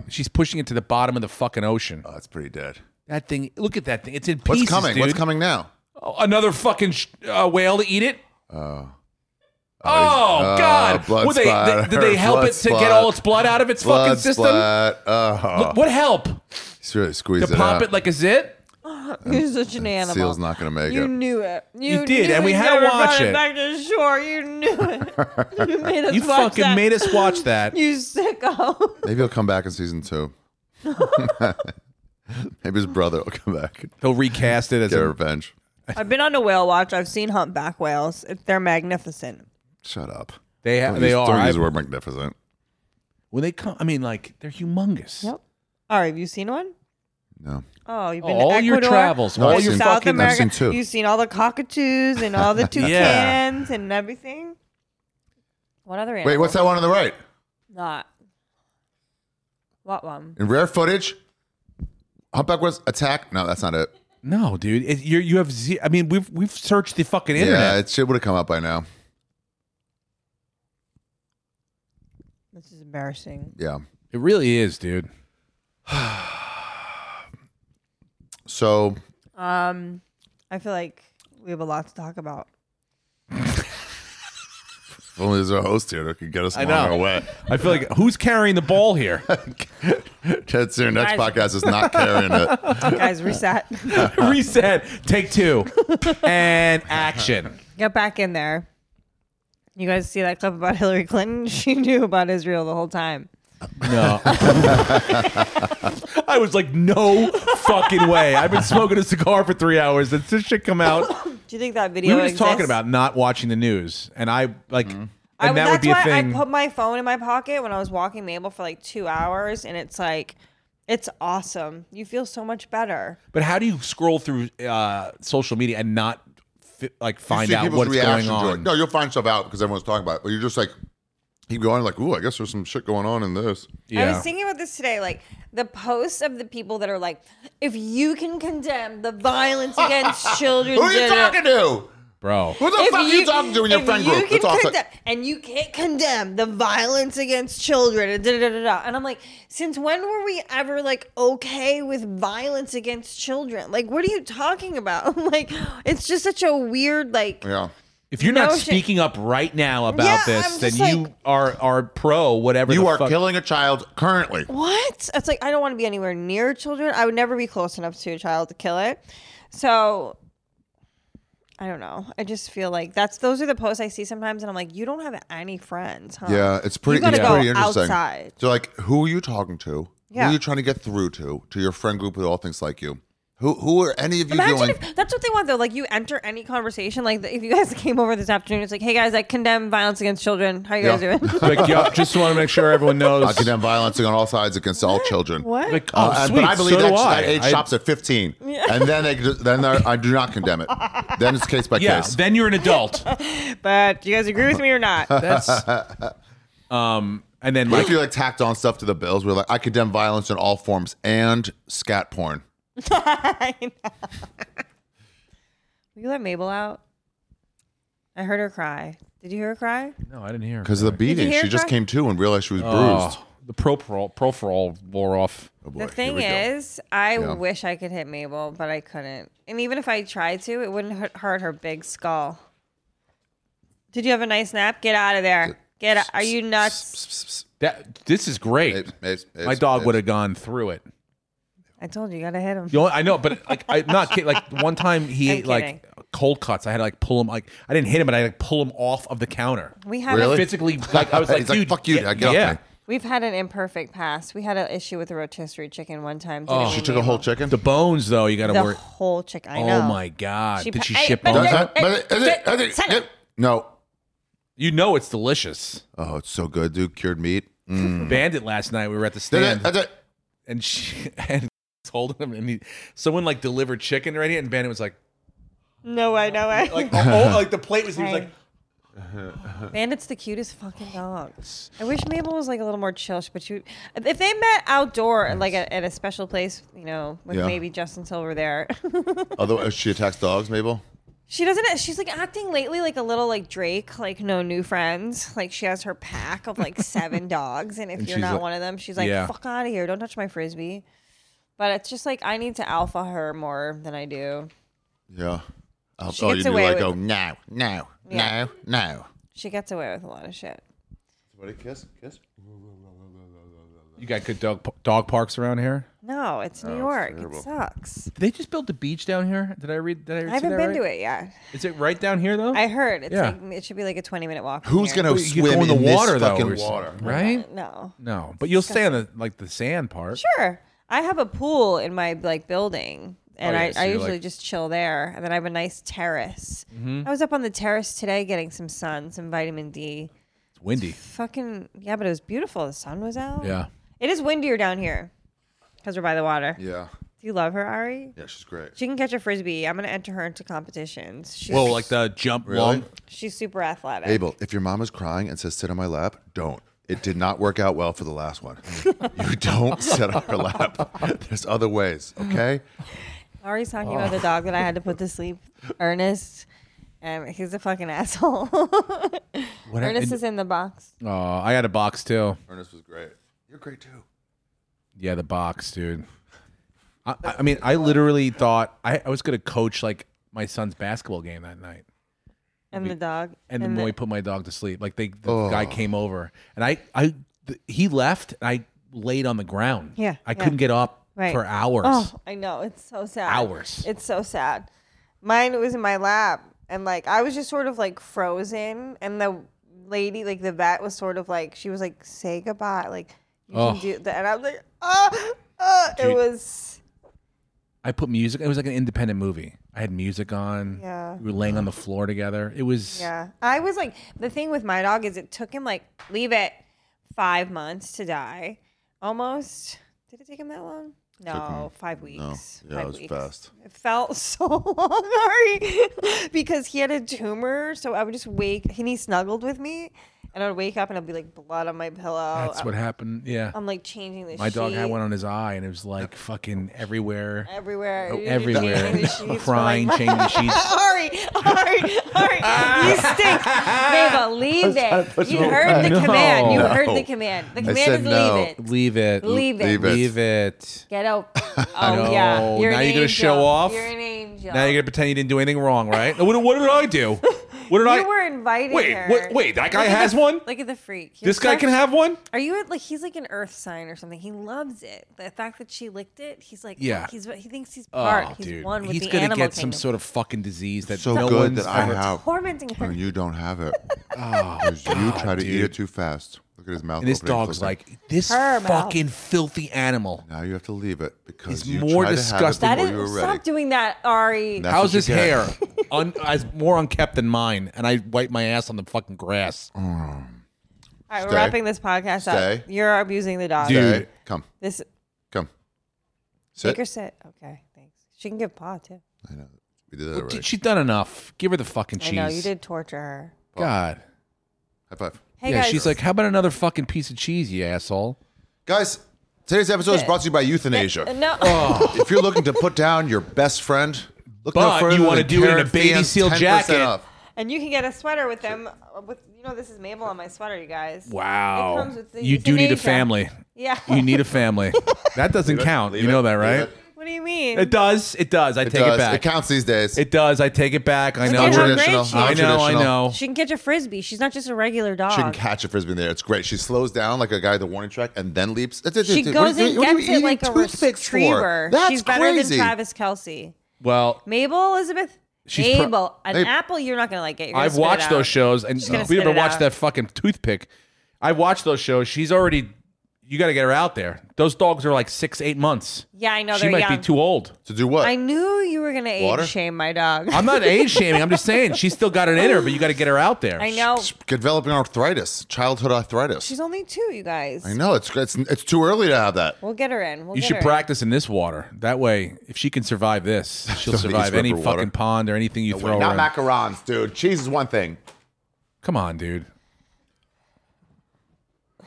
Speaker 2: *laughs*
Speaker 4: She's pushing it to the bottom of the fucking ocean.
Speaker 3: Oh, that's pretty dead.
Speaker 4: That thing, look at that thing. It's in pieces,
Speaker 3: What's coming?
Speaker 4: dude.
Speaker 3: What's coming now?
Speaker 4: Oh, Another fucking sh- uh, whale to eat it? Oh.
Speaker 3: he's-
Speaker 4: God!
Speaker 3: oh, blood
Speaker 4: Were they,
Speaker 3: splatter,
Speaker 4: they- did they help
Speaker 3: blood
Speaker 4: it to get all its blood out of its fucking
Speaker 3: Blood
Speaker 4: system?
Speaker 3: splat. Oh,
Speaker 4: Look, what help?
Speaker 3: he's really squeezed
Speaker 4: To
Speaker 3: it
Speaker 4: pop
Speaker 3: out.
Speaker 4: it like a zit?
Speaker 2: You're such an animal.
Speaker 3: Seal's not gonna make
Speaker 2: You
Speaker 3: it.
Speaker 2: knew it. You,
Speaker 4: did,
Speaker 2: knew
Speaker 4: and we
Speaker 2: you
Speaker 4: had to
Speaker 2: never
Speaker 4: watch
Speaker 2: brought
Speaker 4: it.
Speaker 2: back to shore. You knew it.
Speaker 4: *laughs*
Speaker 2: you made us
Speaker 4: You
Speaker 2: watch
Speaker 4: fucking
Speaker 2: that.
Speaker 4: made us watch
Speaker 2: *laughs*
Speaker 4: that.
Speaker 2: You
Speaker 4: *laughs*
Speaker 2: sicko.
Speaker 3: Maybe he'll come back in season two. *laughs* Maybe his brother will come back.
Speaker 4: He'll recast it as
Speaker 3: Get
Speaker 4: a.
Speaker 3: revenge.
Speaker 2: I've been on a whale watch. I've seen humpback whales. They're magnificent.
Speaker 3: Shut up.
Speaker 4: They ha-
Speaker 3: Don't
Speaker 4: they
Speaker 3: use-
Speaker 4: are.
Speaker 3: Don't use
Speaker 4: I've-
Speaker 3: the word magnificent.
Speaker 4: when they come, I mean, like they're humongous.
Speaker 2: Yep. All right, have you seen one?
Speaker 3: No.
Speaker 2: Oh, you've been
Speaker 4: All
Speaker 2: to
Speaker 4: your
Speaker 2: Ecuador,
Speaker 4: travels,
Speaker 3: No,
Speaker 4: all
Speaker 3: I've
Speaker 4: your
Speaker 3: seen-
Speaker 2: South
Speaker 4: fucking.
Speaker 2: America.
Speaker 3: I've seen two.
Speaker 2: You've seen all the cockatoos and all *laughs* the toucans
Speaker 4: Yeah.
Speaker 2: and everything. What other animal?
Speaker 3: Wait, what's that one on the right?
Speaker 2: Not. What one?
Speaker 3: In rare footage, humpback was attack. No, that's not it.
Speaker 4: No, dude, it, you you have. Z- I mean, we've we've searched the fucking internet.
Speaker 3: Yeah, it shit would have come up by now.
Speaker 2: This is embarrassing.
Speaker 3: Yeah.
Speaker 4: It really is, dude.
Speaker 3: So
Speaker 2: Um, I feel like we have a lot to talk about.
Speaker 3: if only there's a host here that could get us
Speaker 4: I
Speaker 3: along
Speaker 4: know.
Speaker 3: our way.
Speaker 4: I feel like who's carrying the ball here? *laughs*
Speaker 3: Ted Soon, next
Speaker 2: Guys.
Speaker 3: podcast is not carrying
Speaker 4: *laughs*
Speaker 3: it.
Speaker 2: Guys, *laughs* reset.
Speaker 4: Reset. Take two. And action.
Speaker 2: Get back in there. You guys see that clip about Hillary Clinton? *laughs* She knew about Israel the whole time.
Speaker 4: No. *laughs* I was like, no fucking way. I've been smoking a cigar for three hours. Did this shit
Speaker 2: *laughs*
Speaker 4: come out?
Speaker 2: Do you think that video?
Speaker 4: We were just
Speaker 2: exists?
Speaker 4: talking about not watching the news, and I like, and
Speaker 2: Mm-hmm. I,
Speaker 4: that would
Speaker 2: that's
Speaker 4: be a
Speaker 2: why
Speaker 4: thing.
Speaker 2: I put my phone in my pocket when I was walking Mabel for like two hours, and it's like, it's awesome. You feel so much better.
Speaker 4: but how do you scroll through uh, social media and not fi- like find
Speaker 3: see
Speaker 4: out
Speaker 3: people's
Speaker 4: what's going
Speaker 3: reaction to it.
Speaker 4: on?
Speaker 3: No, you'll find stuff out because everyone's talking about it. But you're just like, keep going, like, ooh, I guess there's some shit going on in this.
Speaker 2: I was thinking about this today, like the posts of the people that are like, if you can condemn the
Speaker 4: *laughs*
Speaker 2: violence against children,
Speaker 3: Who are you
Speaker 2: da- da- da-
Speaker 3: talking to?
Speaker 4: bro.
Speaker 3: Who the
Speaker 2: If
Speaker 3: fuck are you talking to in your
Speaker 2: if
Speaker 3: friend
Speaker 2: you
Speaker 3: group?
Speaker 2: can
Speaker 3: That's all I'm saying.
Speaker 2: condemn- and you can't condemn the violence against children. And, da, da, da, da. and I'm like, since when were we ever like okay with violence against children? Like, what are you talking about? *laughs* like, it's just such a weird like.
Speaker 3: Yeah.
Speaker 4: If you're
Speaker 2: No
Speaker 4: not
Speaker 2: shit.
Speaker 4: speaking up right now about
Speaker 2: Yeah,
Speaker 4: this,
Speaker 2: I'm
Speaker 4: then
Speaker 2: just
Speaker 4: you
Speaker 2: like-
Speaker 4: are are pro whatever.
Speaker 3: You
Speaker 4: the
Speaker 3: are
Speaker 4: fuck-
Speaker 3: killing a child currently.
Speaker 2: What? It's like I don't want to be anywhere near children. I would never be close enough to a child to kill it. So I don't know. I just feel like that's those are the posts I see sometimes, and I'm like, you don't have any friends, huh?
Speaker 3: Yeah, it's pretty.
Speaker 2: Uh-huh. You gotta
Speaker 3: it's
Speaker 2: go
Speaker 3: pretty interesting.
Speaker 2: outside.
Speaker 3: So, like, who are you talking to? Who
Speaker 2: Yeah.
Speaker 3: are you trying to get through to? To your friend group who all thinks like you. Who Who are any of you
Speaker 2: Imagine
Speaker 3: doing? *laughs*
Speaker 2: if that's what they want though. Like you enter any conversation. Like if you guys *laughs* came over this afternoon, it's like, hey guys, I condemn violence against children. How you
Speaker 3: Yeah.
Speaker 2: guys doing? *laughs*
Speaker 4: Like, yeah, just want to make sure
Speaker 3: *laughs*
Speaker 4: everyone knows.
Speaker 3: I condemn violence on all sides against all children. What?
Speaker 4: Like, oh, sweet.
Speaker 3: Uh, but I believe
Speaker 4: so
Speaker 3: that,
Speaker 4: do I.
Speaker 3: that age
Speaker 4: I-
Speaker 3: stops at 15, and then they, then they're- I do not
Speaker 2: *laughs*
Speaker 3: condemn it. Then it's case by
Speaker 4: Yeah,
Speaker 3: case.
Speaker 4: then you're
Speaker 3: *laughs*
Speaker 4: an adult.
Speaker 2: but do you guys agree with me or not? *laughs*
Speaker 4: That's um, and then
Speaker 3: What
Speaker 4: like
Speaker 3: if you like tacked on stuff to the bills? We're like, I condemn violence in all forms and scat porn.
Speaker 2: *laughs* Will you let Mabel out? I heard her cry. Did you hear her cry?
Speaker 4: No, I didn't hear.
Speaker 3: Because of the beating,
Speaker 2: hear
Speaker 3: she just
Speaker 2: her?
Speaker 3: came to and realized she was bruised.
Speaker 4: Oh, the proprol profol wore off.
Speaker 3: Oh, boy.
Speaker 2: The
Speaker 3: Here
Speaker 2: thing
Speaker 3: we go.
Speaker 2: is, I
Speaker 3: Yeah.
Speaker 2: wish I could hit Mabel, but I couldn't. And even if I tried to, it wouldn't hu- hurt her big skull. Did you have a nice nap? Get out of there. Get out. Are you nuts?
Speaker 4: That this is great.
Speaker 3: It's- it's- it's-
Speaker 4: My dog
Speaker 3: it's-
Speaker 4: would have gone through it.
Speaker 2: I told you, you gotta hit him.
Speaker 4: You know, I know, but like I'm not kidding. Like one time he
Speaker 2: I'm
Speaker 4: ate like cold cuts. I had to like pull him. Like I didn't hit him, but I had to pull him off of the counter.
Speaker 2: We had
Speaker 3: Really?
Speaker 2: a,
Speaker 4: Physically, like I was
Speaker 3: *laughs*
Speaker 4: like,
Speaker 3: He's like,
Speaker 4: dude,
Speaker 3: "Fuck you,
Speaker 4: yeah,
Speaker 3: dad, get off
Speaker 4: yeah.
Speaker 3: me."
Speaker 2: we've had an imperfect pass. We had an issue with a rotisserie chicken one time. didn't we,
Speaker 3: Oh, She took a whole
Speaker 2: Mabel?
Speaker 3: chicken.
Speaker 4: The bones, though, you got to
Speaker 2: the
Speaker 4: work.
Speaker 2: whole chicken. I know.
Speaker 4: Oh my god,
Speaker 2: She
Speaker 4: did
Speaker 2: pa-
Speaker 4: she
Speaker 2: I-
Speaker 4: ship
Speaker 2: but
Speaker 4: bones?
Speaker 3: Does
Speaker 2: there-
Speaker 4: out?
Speaker 3: that- but- is it-
Speaker 2: Hey,
Speaker 3: is it-
Speaker 2: shut up.
Speaker 3: No.
Speaker 4: You know it's delicious.
Speaker 3: Oh, it's so good, dude. Cured meat. Mm.
Speaker 4: Bandit last night. We were at the
Speaker 3: Did
Speaker 4: stand.
Speaker 3: it- did it-
Speaker 4: and she *laughs* and told him and he someone like delivered chicken right here and Bandit was like
Speaker 2: No way, no way.
Speaker 3: *laughs*
Speaker 4: like oh like the plate was he was like
Speaker 2: Bandit's the cutest fucking dog. I wish Mabel was like a little more chill, but she, if they met outdoor, like at, at a special place, you know, with
Speaker 3: Yeah.
Speaker 2: maybe Justin Silver there. *laughs*
Speaker 3: Otherwise, uh, she attacks dogs, Mabel.
Speaker 2: she doesn't, she's like acting lately like a little like Drake, like no new friends. Like she has her pack of like
Speaker 4: *laughs*
Speaker 2: seven dogs. And if
Speaker 4: And
Speaker 2: you're
Speaker 4: she's
Speaker 2: not
Speaker 4: like-
Speaker 2: one of them, she's like,
Speaker 4: Yeah.
Speaker 2: fuck out of here. Don't touch my frisbee. But it's just like, I need to alpha her more than I do.
Speaker 3: Yeah. I'll,
Speaker 2: She
Speaker 3: oh,
Speaker 2: gets
Speaker 3: you'd be
Speaker 2: away
Speaker 3: like,
Speaker 2: with-
Speaker 3: oh, no, no,
Speaker 2: Yeah.
Speaker 3: no, no.
Speaker 2: She gets away with a lot of shit.
Speaker 3: Somebody kiss, kiss.
Speaker 4: you got good dog dog parks around here
Speaker 2: No, it's
Speaker 4: Oh,
Speaker 2: New York. It sucks.
Speaker 4: did they just build the beach down here did I read did I,
Speaker 2: I haven't been to it yet.
Speaker 4: it is it right down here though
Speaker 2: I heard it's
Speaker 4: Yeah.
Speaker 2: like it should be like a twenty minute walk. from
Speaker 3: Who's
Speaker 2: here. Uh,
Speaker 3: gonna
Speaker 4: Well, you could
Speaker 3: swim
Speaker 4: go in the water
Speaker 3: this
Speaker 4: though
Speaker 3: fucking
Speaker 4: or something,
Speaker 3: water?
Speaker 4: right
Speaker 2: No,
Speaker 4: no but you'll stay on the like the sand part
Speaker 2: sure. I have a pool in my like building, and
Speaker 4: Oh, yeah, so
Speaker 2: I, I
Speaker 4: you're,
Speaker 2: usually
Speaker 4: like- Mm-hmm.
Speaker 2: just chill there. And then I have a nice terrace. I was up on the terrace today getting some sun, some vitamin D.
Speaker 4: it's windy
Speaker 2: Fucking yeah, but it was beautiful. The sun was out.
Speaker 4: yeah
Speaker 2: it is windier down here because we're by the water.
Speaker 3: Yeah.
Speaker 2: Do you love her, Ari?
Speaker 3: Yeah, she's great.
Speaker 2: She can catch a frisbee. I'm gonna enter her into competitions. She's
Speaker 4: well like the jump
Speaker 3: Really?
Speaker 4: long
Speaker 2: she's super athletic.
Speaker 3: Abel, if your mom is crying and says, sit on my lap, don't. It did not work out well for the
Speaker 2: *laughs*
Speaker 3: last one. you don't sit on her lap. There's other ways, okay?
Speaker 2: Ari's talking about
Speaker 4: Oh.
Speaker 2: the dog that I had to
Speaker 4: *laughs*
Speaker 2: put to sleep, Ernest. And he's a fucking asshole.
Speaker 4: I-
Speaker 2: Ernest
Speaker 4: and-
Speaker 2: is in the box.
Speaker 4: oh I had a box too
Speaker 3: Ernest was great. You're great too.
Speaker 4: Yeah, the box, dude. I, I mean, I literally thought I, I was going to coach like my son's basketball game that night.
Speaker 2: And the dog.
Speaker 4: And, then when we put my dog to sleep, like they, the
Speaker 3: Oh.
Speaker 4: guy came over and I, I, th- he left and I laid on the ground.
Speaker 2: Yeah,
Speaker 4: I
Speaker 2: yeah.
Speaker 4: couldn't get up
Speaker 2: Right.
Speaker 4: for hours.
Speaker 2: Oh, I know. It's so sad.
Speaker 4: Hours.
Speaker 2: It's so sad. Mine was in my lap. And like, I was just sort of like frozen. And the lady, like the vet was sort of like, she was like, say goodbye. Like, you
Speaker 4: Oh.
Speaker 2: can do that. And I was like, oh, oh.
Speaker 4: Dude.
Speaker 2: It was,
Speaker 4: I put music. It was like an independent movie. I had music on.
Speaker 2: Yeah.
Speaker 4: We were laying on the floor together. It was,
Speaker 2: Yeah. I was like, the thing with my dog is it took him like, leave it five months to die almost. Did it take him that long? No, five weeks.
Speaker 3: yeah, it
Speaker 2: five
Speaker 3: was
Speaker 2: weeks.
Speaker 3: fast.
Speaker 2: It felt *laughs* so long, Ari, because he had a tumor. So I would just wake, and he snuggled with me, and I would wake up and I'd be like blood on my pillow.
Speaker 4: that's
Speaker 2: I'm,
Speaker 4: what happened. Yeah.
Speaker 2: I'm like changing the
Speaker 4: my dog had
Speaker 2: sheet
Speaker 4: one on his eye and it was like fucking everywhere.
Speaker 2: everywhere, You're changing
Speaker 4: Oh, Everywhere.
Speaker 2: the sheets for, like,
Speaker 4: Crying, changing the
Speaker 2: *laughs*
Speaker 4: sheets.
Speaker 2: Ari, Ari, Ari, you stink.
Speaker 4: *laughs*
Speaker 2: Mabel, leave it. You heard the
Speaker 4: No.
Speaker 2: command. You
Speaker 4: No.
Speaker 2: heard the command. The command
Speaker 3: said
Speaker 2: is
Speaker 3: no.
Speaker 2: leave it.
Speaker 4: Leave it.
Speaker 2: Leave it.
Speaker 3: Leave it.
Speaker 4: Leave it.
Speaker 2: Get
Speaker 4: *laughs*
Speaker 2: out. Oh,
Speaker 4: know.
Speaker 2: yeah. You're
Speaker 4: Now
Speaker 2: an
Speaker 4: you're gonna
Speaker 2: angel.
Speaker 4: show off.
Speaker 2: You're an angel.
Speaker 4: Now you're gonna pretend you didn't do anything wrong, right? what, what did
Speaker 2: *laughs*
Speaker 4: I do? What did
Speaker 2: You
Speaker 4: I?
Speaker 2: were inviting
Speaker 4: Wait,
Speaker 2: her.
Speaker 4: wait, wait, that guy
Speaker 2: Look at
Speaker 4: has
Speaker 2: the-
Speaker 4: one?
Speaker 2: Look at the freak. You're
Speaker 4: This guy
Speaker 2: such-
Speaker 4: can have one.
Speaker 2: Are you at- like he's like an earth sign or something? He loves it. The fact that she licked it, he's like,
Speaker 4: Yeah. Oh,
Speaker 2: yeah. He's he thinks he's part. he's one with
Speaker 4: he's
Speaker 2: the
Speaker 4: gonna
Speaker 2: animal
Speaker 4: get some
Speaker 2: kingdom.
Speaker 4: sort of fucking disease that
Speaker 3: So
Speaker 4: no
Speaker 3: good
Speaker 4: one's
Speaker 3: that I
Speaker 4: ever-
Speaker 3: have.
Speaker 2: tormenting her.
Speaker 3: And you don't have
Speaker 4: *laughs*
Speaker 3: it. Because you try to eat
Speaker 4: Oh, dude.
Speaker 3: it too fast. Look at his mouth.
Speaker 4: And this
Speaker 3: opening
Speaker 4: dog's
Speaker 3: closing.
Speaker 4: like this
Speaker 2: Her mouth.
Speaker 4: fucking filthy animal.
Speaker 3: now you have to leave it because
Speaker 4: It's
Speaker 3: you
Speaker 4: more
Speaker 3: tried to
Speaker 4: disgusting.
Speaker 2: That
Speaker 3: have it
Speaker 2: is,
Speaker 3: before you were ready.
Speaker 2: stop doing that, Ari.
Speaker 3: That's what
Speaker 4: How's
Speaker 3: you
Speaker 4: his
Speaker 3: get. *laughs*
Speaker 4: hair? Un, as more unkept than mine, and I wipe my ass on the fucking grass.
Speaker 2: All right,
Speaker 3: Stay.
Speaker 2: we're wrapping this podcast
Speaker 3: Stay.
Speaker 2: up. You're abusing the dog.
Speaker 4: Dude.
Speaker 3: Hey, come,
Speaker 2: This
Speaker 3: come.
Speaker 2: take
Speaker 3: Sit.
Speaker 2: her sit. Okay, thanks. She can give paw too.
Speaker 3: I know. We did that already.
Speaker 4: Dude, she's done enough. Give her the fucking cheese.
Speaker 2: I know you did torture her.
Speaker 4: God.
Speaker 3: High five.
Speaker 2: Hey
Speaker 4: yeah,
Speaker 2: guys,
Speaker 4: she's like, how about another fucking piece of cheese, you asshole?
Speaker 3: Guys, today's episode is brought to you by euthanasia.
Speaker 2: Uh, no.
Speaker 4: Oh,
Speaker 3: if you're looking to put down your best friend, look no
Speaker 4: But
Speaker 3: further
Speaker 4: you wanna
Speaker 3: than
Speaker 4: do it in a
Speaker 3: Karen
Speaker 4: baby
Speaker 3: Fian's
Speaker 4: seal
Speaker 3: 10%
Speaker 4: jacket.
Speaker 3: off.
Speaker 2: And you can get a sweater with them. uh, With you know, this is Mabel on my sweater, you guys.
Speaker 4: Wow.
Speaker 2: It comes with the-
Speaker 4: you
Speaker 2: it's
Speaker 4: do
Speaker 2: in
Speaker 4: need a
Speaker 2: Asia.
Speaker 4: family.
Speaker 2: Yeah.
Speaker 4: You need a family. That doesn't count. You know that, right?
Speaker 2: *laughs* what do you mean?
Speaker 4: It does. It does. I
Speaker 3: It
Speaker 4: take
Speaker 3: does.
Speaker 4: it back.
Speaker 3: It counts these days.
Speaker 4: It does. I take it back. I know.
Speaker 2: at how
Speaker 4: we're-
Speaker 2: great
Speaker 3: Non-traditional.
Speaker 2: she is.
Speaker 4: I know. I
Speaker 3: non-traditional.
Speaker 4: know.
Speaker 8: She can catch a frisbee. She's not just a regular dog.
Speaker 3: She can catch a frisbee in there. It's great. She slows down like a guy at the warning track and then leaps. She
Speaker 2: goes and gets it like a retriever.
Speaker 3: That's
Speaker 2: She's better
Speaker 3: crazy.
Speaker 2: than Travis Kelsey.
Speaker 4: Well,
Speaker 2: Mabel Elizabeth.
Speaker 4: She's pro-
Speaker 2: Mabel, an
Speaker 3: Hey.
Speaker 2: apple. You're not gonna like it. You're gonna
Speaker 4: I've
Speaker 2: spit it
Speaker 4: watched those
Speaker 2: out.
Speaker 4: shows, and
Speaker 2: gonna
Speaker 4: we
Speaker 2: spit
Speaker 4: haven't
Speaker 2: it
Speaker 4: watched
Speaker 2: out.
Speaker 4: that fucking toothpick. I watched those shows. She's already. You got to get her out there. Those dogs are like six, eight months.
Speaker 2: Yeah, I know
Speaker 4: she
Speaker 2: Oh, they're
Speaker 4: might
Speaker 2: young.
Speaker 4: be too old.
Speaker 3: to do what?
Speaker 2: I knew you were gonna
Speaker 3: Water?
Speaker 2: age shame my dog.
Speaker 4: I'm not age shaming. I'm just saying she's still got it in her, but you got to get her out there.
Speaker 2: *laughs* I know.
Speaker 3: Developing arthritis, childhood arthritis.
Speaker 2: She's only two, you guys.
Speaker 3: I know it's it's it's too early to have that.
Speaker 2: We'll get her in. We'll
Speaker 4: You
Speaker 2: get
Speaker 4: should
Speaker 2: her in.
Speaker 4: practice in this water. That way, if she can survive this, she'll
Speaker 3: East
Speaker 4: survive any
Speaker 3: River
Speaker 4: fucking
Speaker 3: water.
Speaker 4: pond or anything you
Speaker 3: Wait,
Speaker 4: throw
Speaker 3: not
Speaker 4: her. in.
Speaker 3: macarons, dude. Cheese is one thing.
Speaker 4: Come on, dude.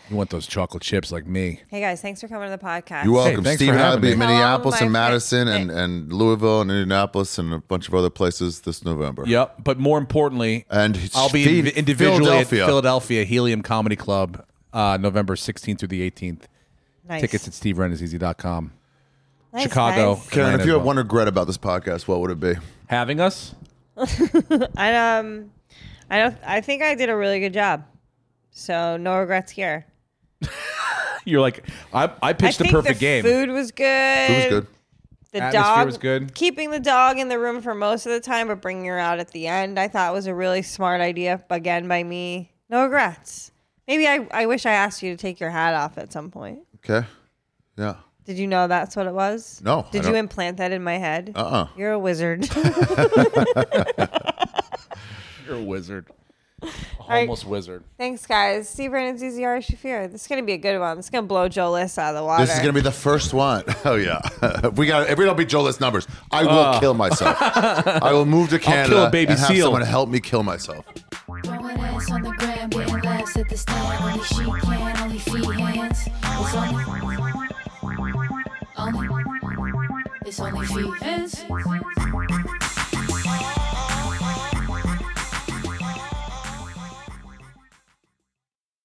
Speaker 4: You want those chocolate chips like me?
Speaker 2: Hey guys, thanks for coming to the podcast.
Speaker 3: You're welcome,
Speaker 4: thanks for
Speaker 3: Steve. I'll
Speaker 4: having
Speaker 3: be
Speaker 4: me.
Speaker 3: in Minneapolis
Speaker 2: Hello,
Speaker 3: and
Speaker 2: Oh, my friend.
Speaker 3: Madison and, and Louisville and Indianapolis and a bunch of other places this November.
Speaker 4: Yep. But more importantly,
Speaker 3: And
Speaker 4: I'll be
Speaker 3: Steve-
Speaker 4: inv- individually
Speaker 3: Philadelphia.
Speaker 4: at Uh, Philadelphia Helium Comedy Club, uh, November 16th through the 18th.
Speaker 2: Nice.
Speaker 4: Tickets at stevereneseasy.com.
Speaker 2: Nice,
Speaker 4: Chicago.
Speaker 2: guys.
Speaker 3: Karen,
Speaker 4: Atlanta
Speaker 3: if you
Speaker 4: as
Speaker 3: had
Speaker 4: well.
Speaker 3: one regret about this podcast, what would it be?
Speaker 4: having us,
Speaker 2: I um, I don't. I think I did a really good job. So no regrets here.
Speaker 4: you're like, I, I pitched
Speaker 2: I
Speaker 4: the
Speaker 2: think
Speaker 4: perfect
Speaker 2: the
Speaker 4: game.
Speaker 2: Food was good.
Speaker 3: It was good.
Speaker 2: The
Speaker 4: Atmosphere
Speaker 2: dog
Speaker 4: was good.
Speaker 2: Keeping the dog in the room for most of the time, but bringing her out at the end, I thought was a really smart idea. Again, by me, no regrets. Maybe I, I wish I asked you to take your hat off at some point.
Speaker 3: Okay. Yeah.
Speaker 2: Did you know that's what it was?
Speaker 3: No, I
Speaker 2: Did
Speaker 3: don't-
Speaker 2: you implant that in my head?
Speaker 3: Uh-uh.
Speaker 2: You're a
Speaker 3: *laughs*
Speaker 2: wizard.
Speaker 4: You're a wizard.
Speaker 2: right.
Speaker 4: Almost wizard.
Speaker 2: Thanks, guys. Steve Brandon, ZZR Shafir. This is gonna be a good one. This is gonna blow Joe List out of the water.
Speaker 3: This is gonna be the first one. *laughs* Oh yeah. If we got. If we don't beat Joe List numbers, I will kill myself. I will move to Canada
Speaker 4: Ah. kill a baby
Speaker 3: and have
Speaker 4: seal.
Speaker 3: someone help me kill myself.
Speaker 1: Throwing ass on the gram, getting laughs at the stand. Only she can, only feet hands. It's only, only, it's only feet hands.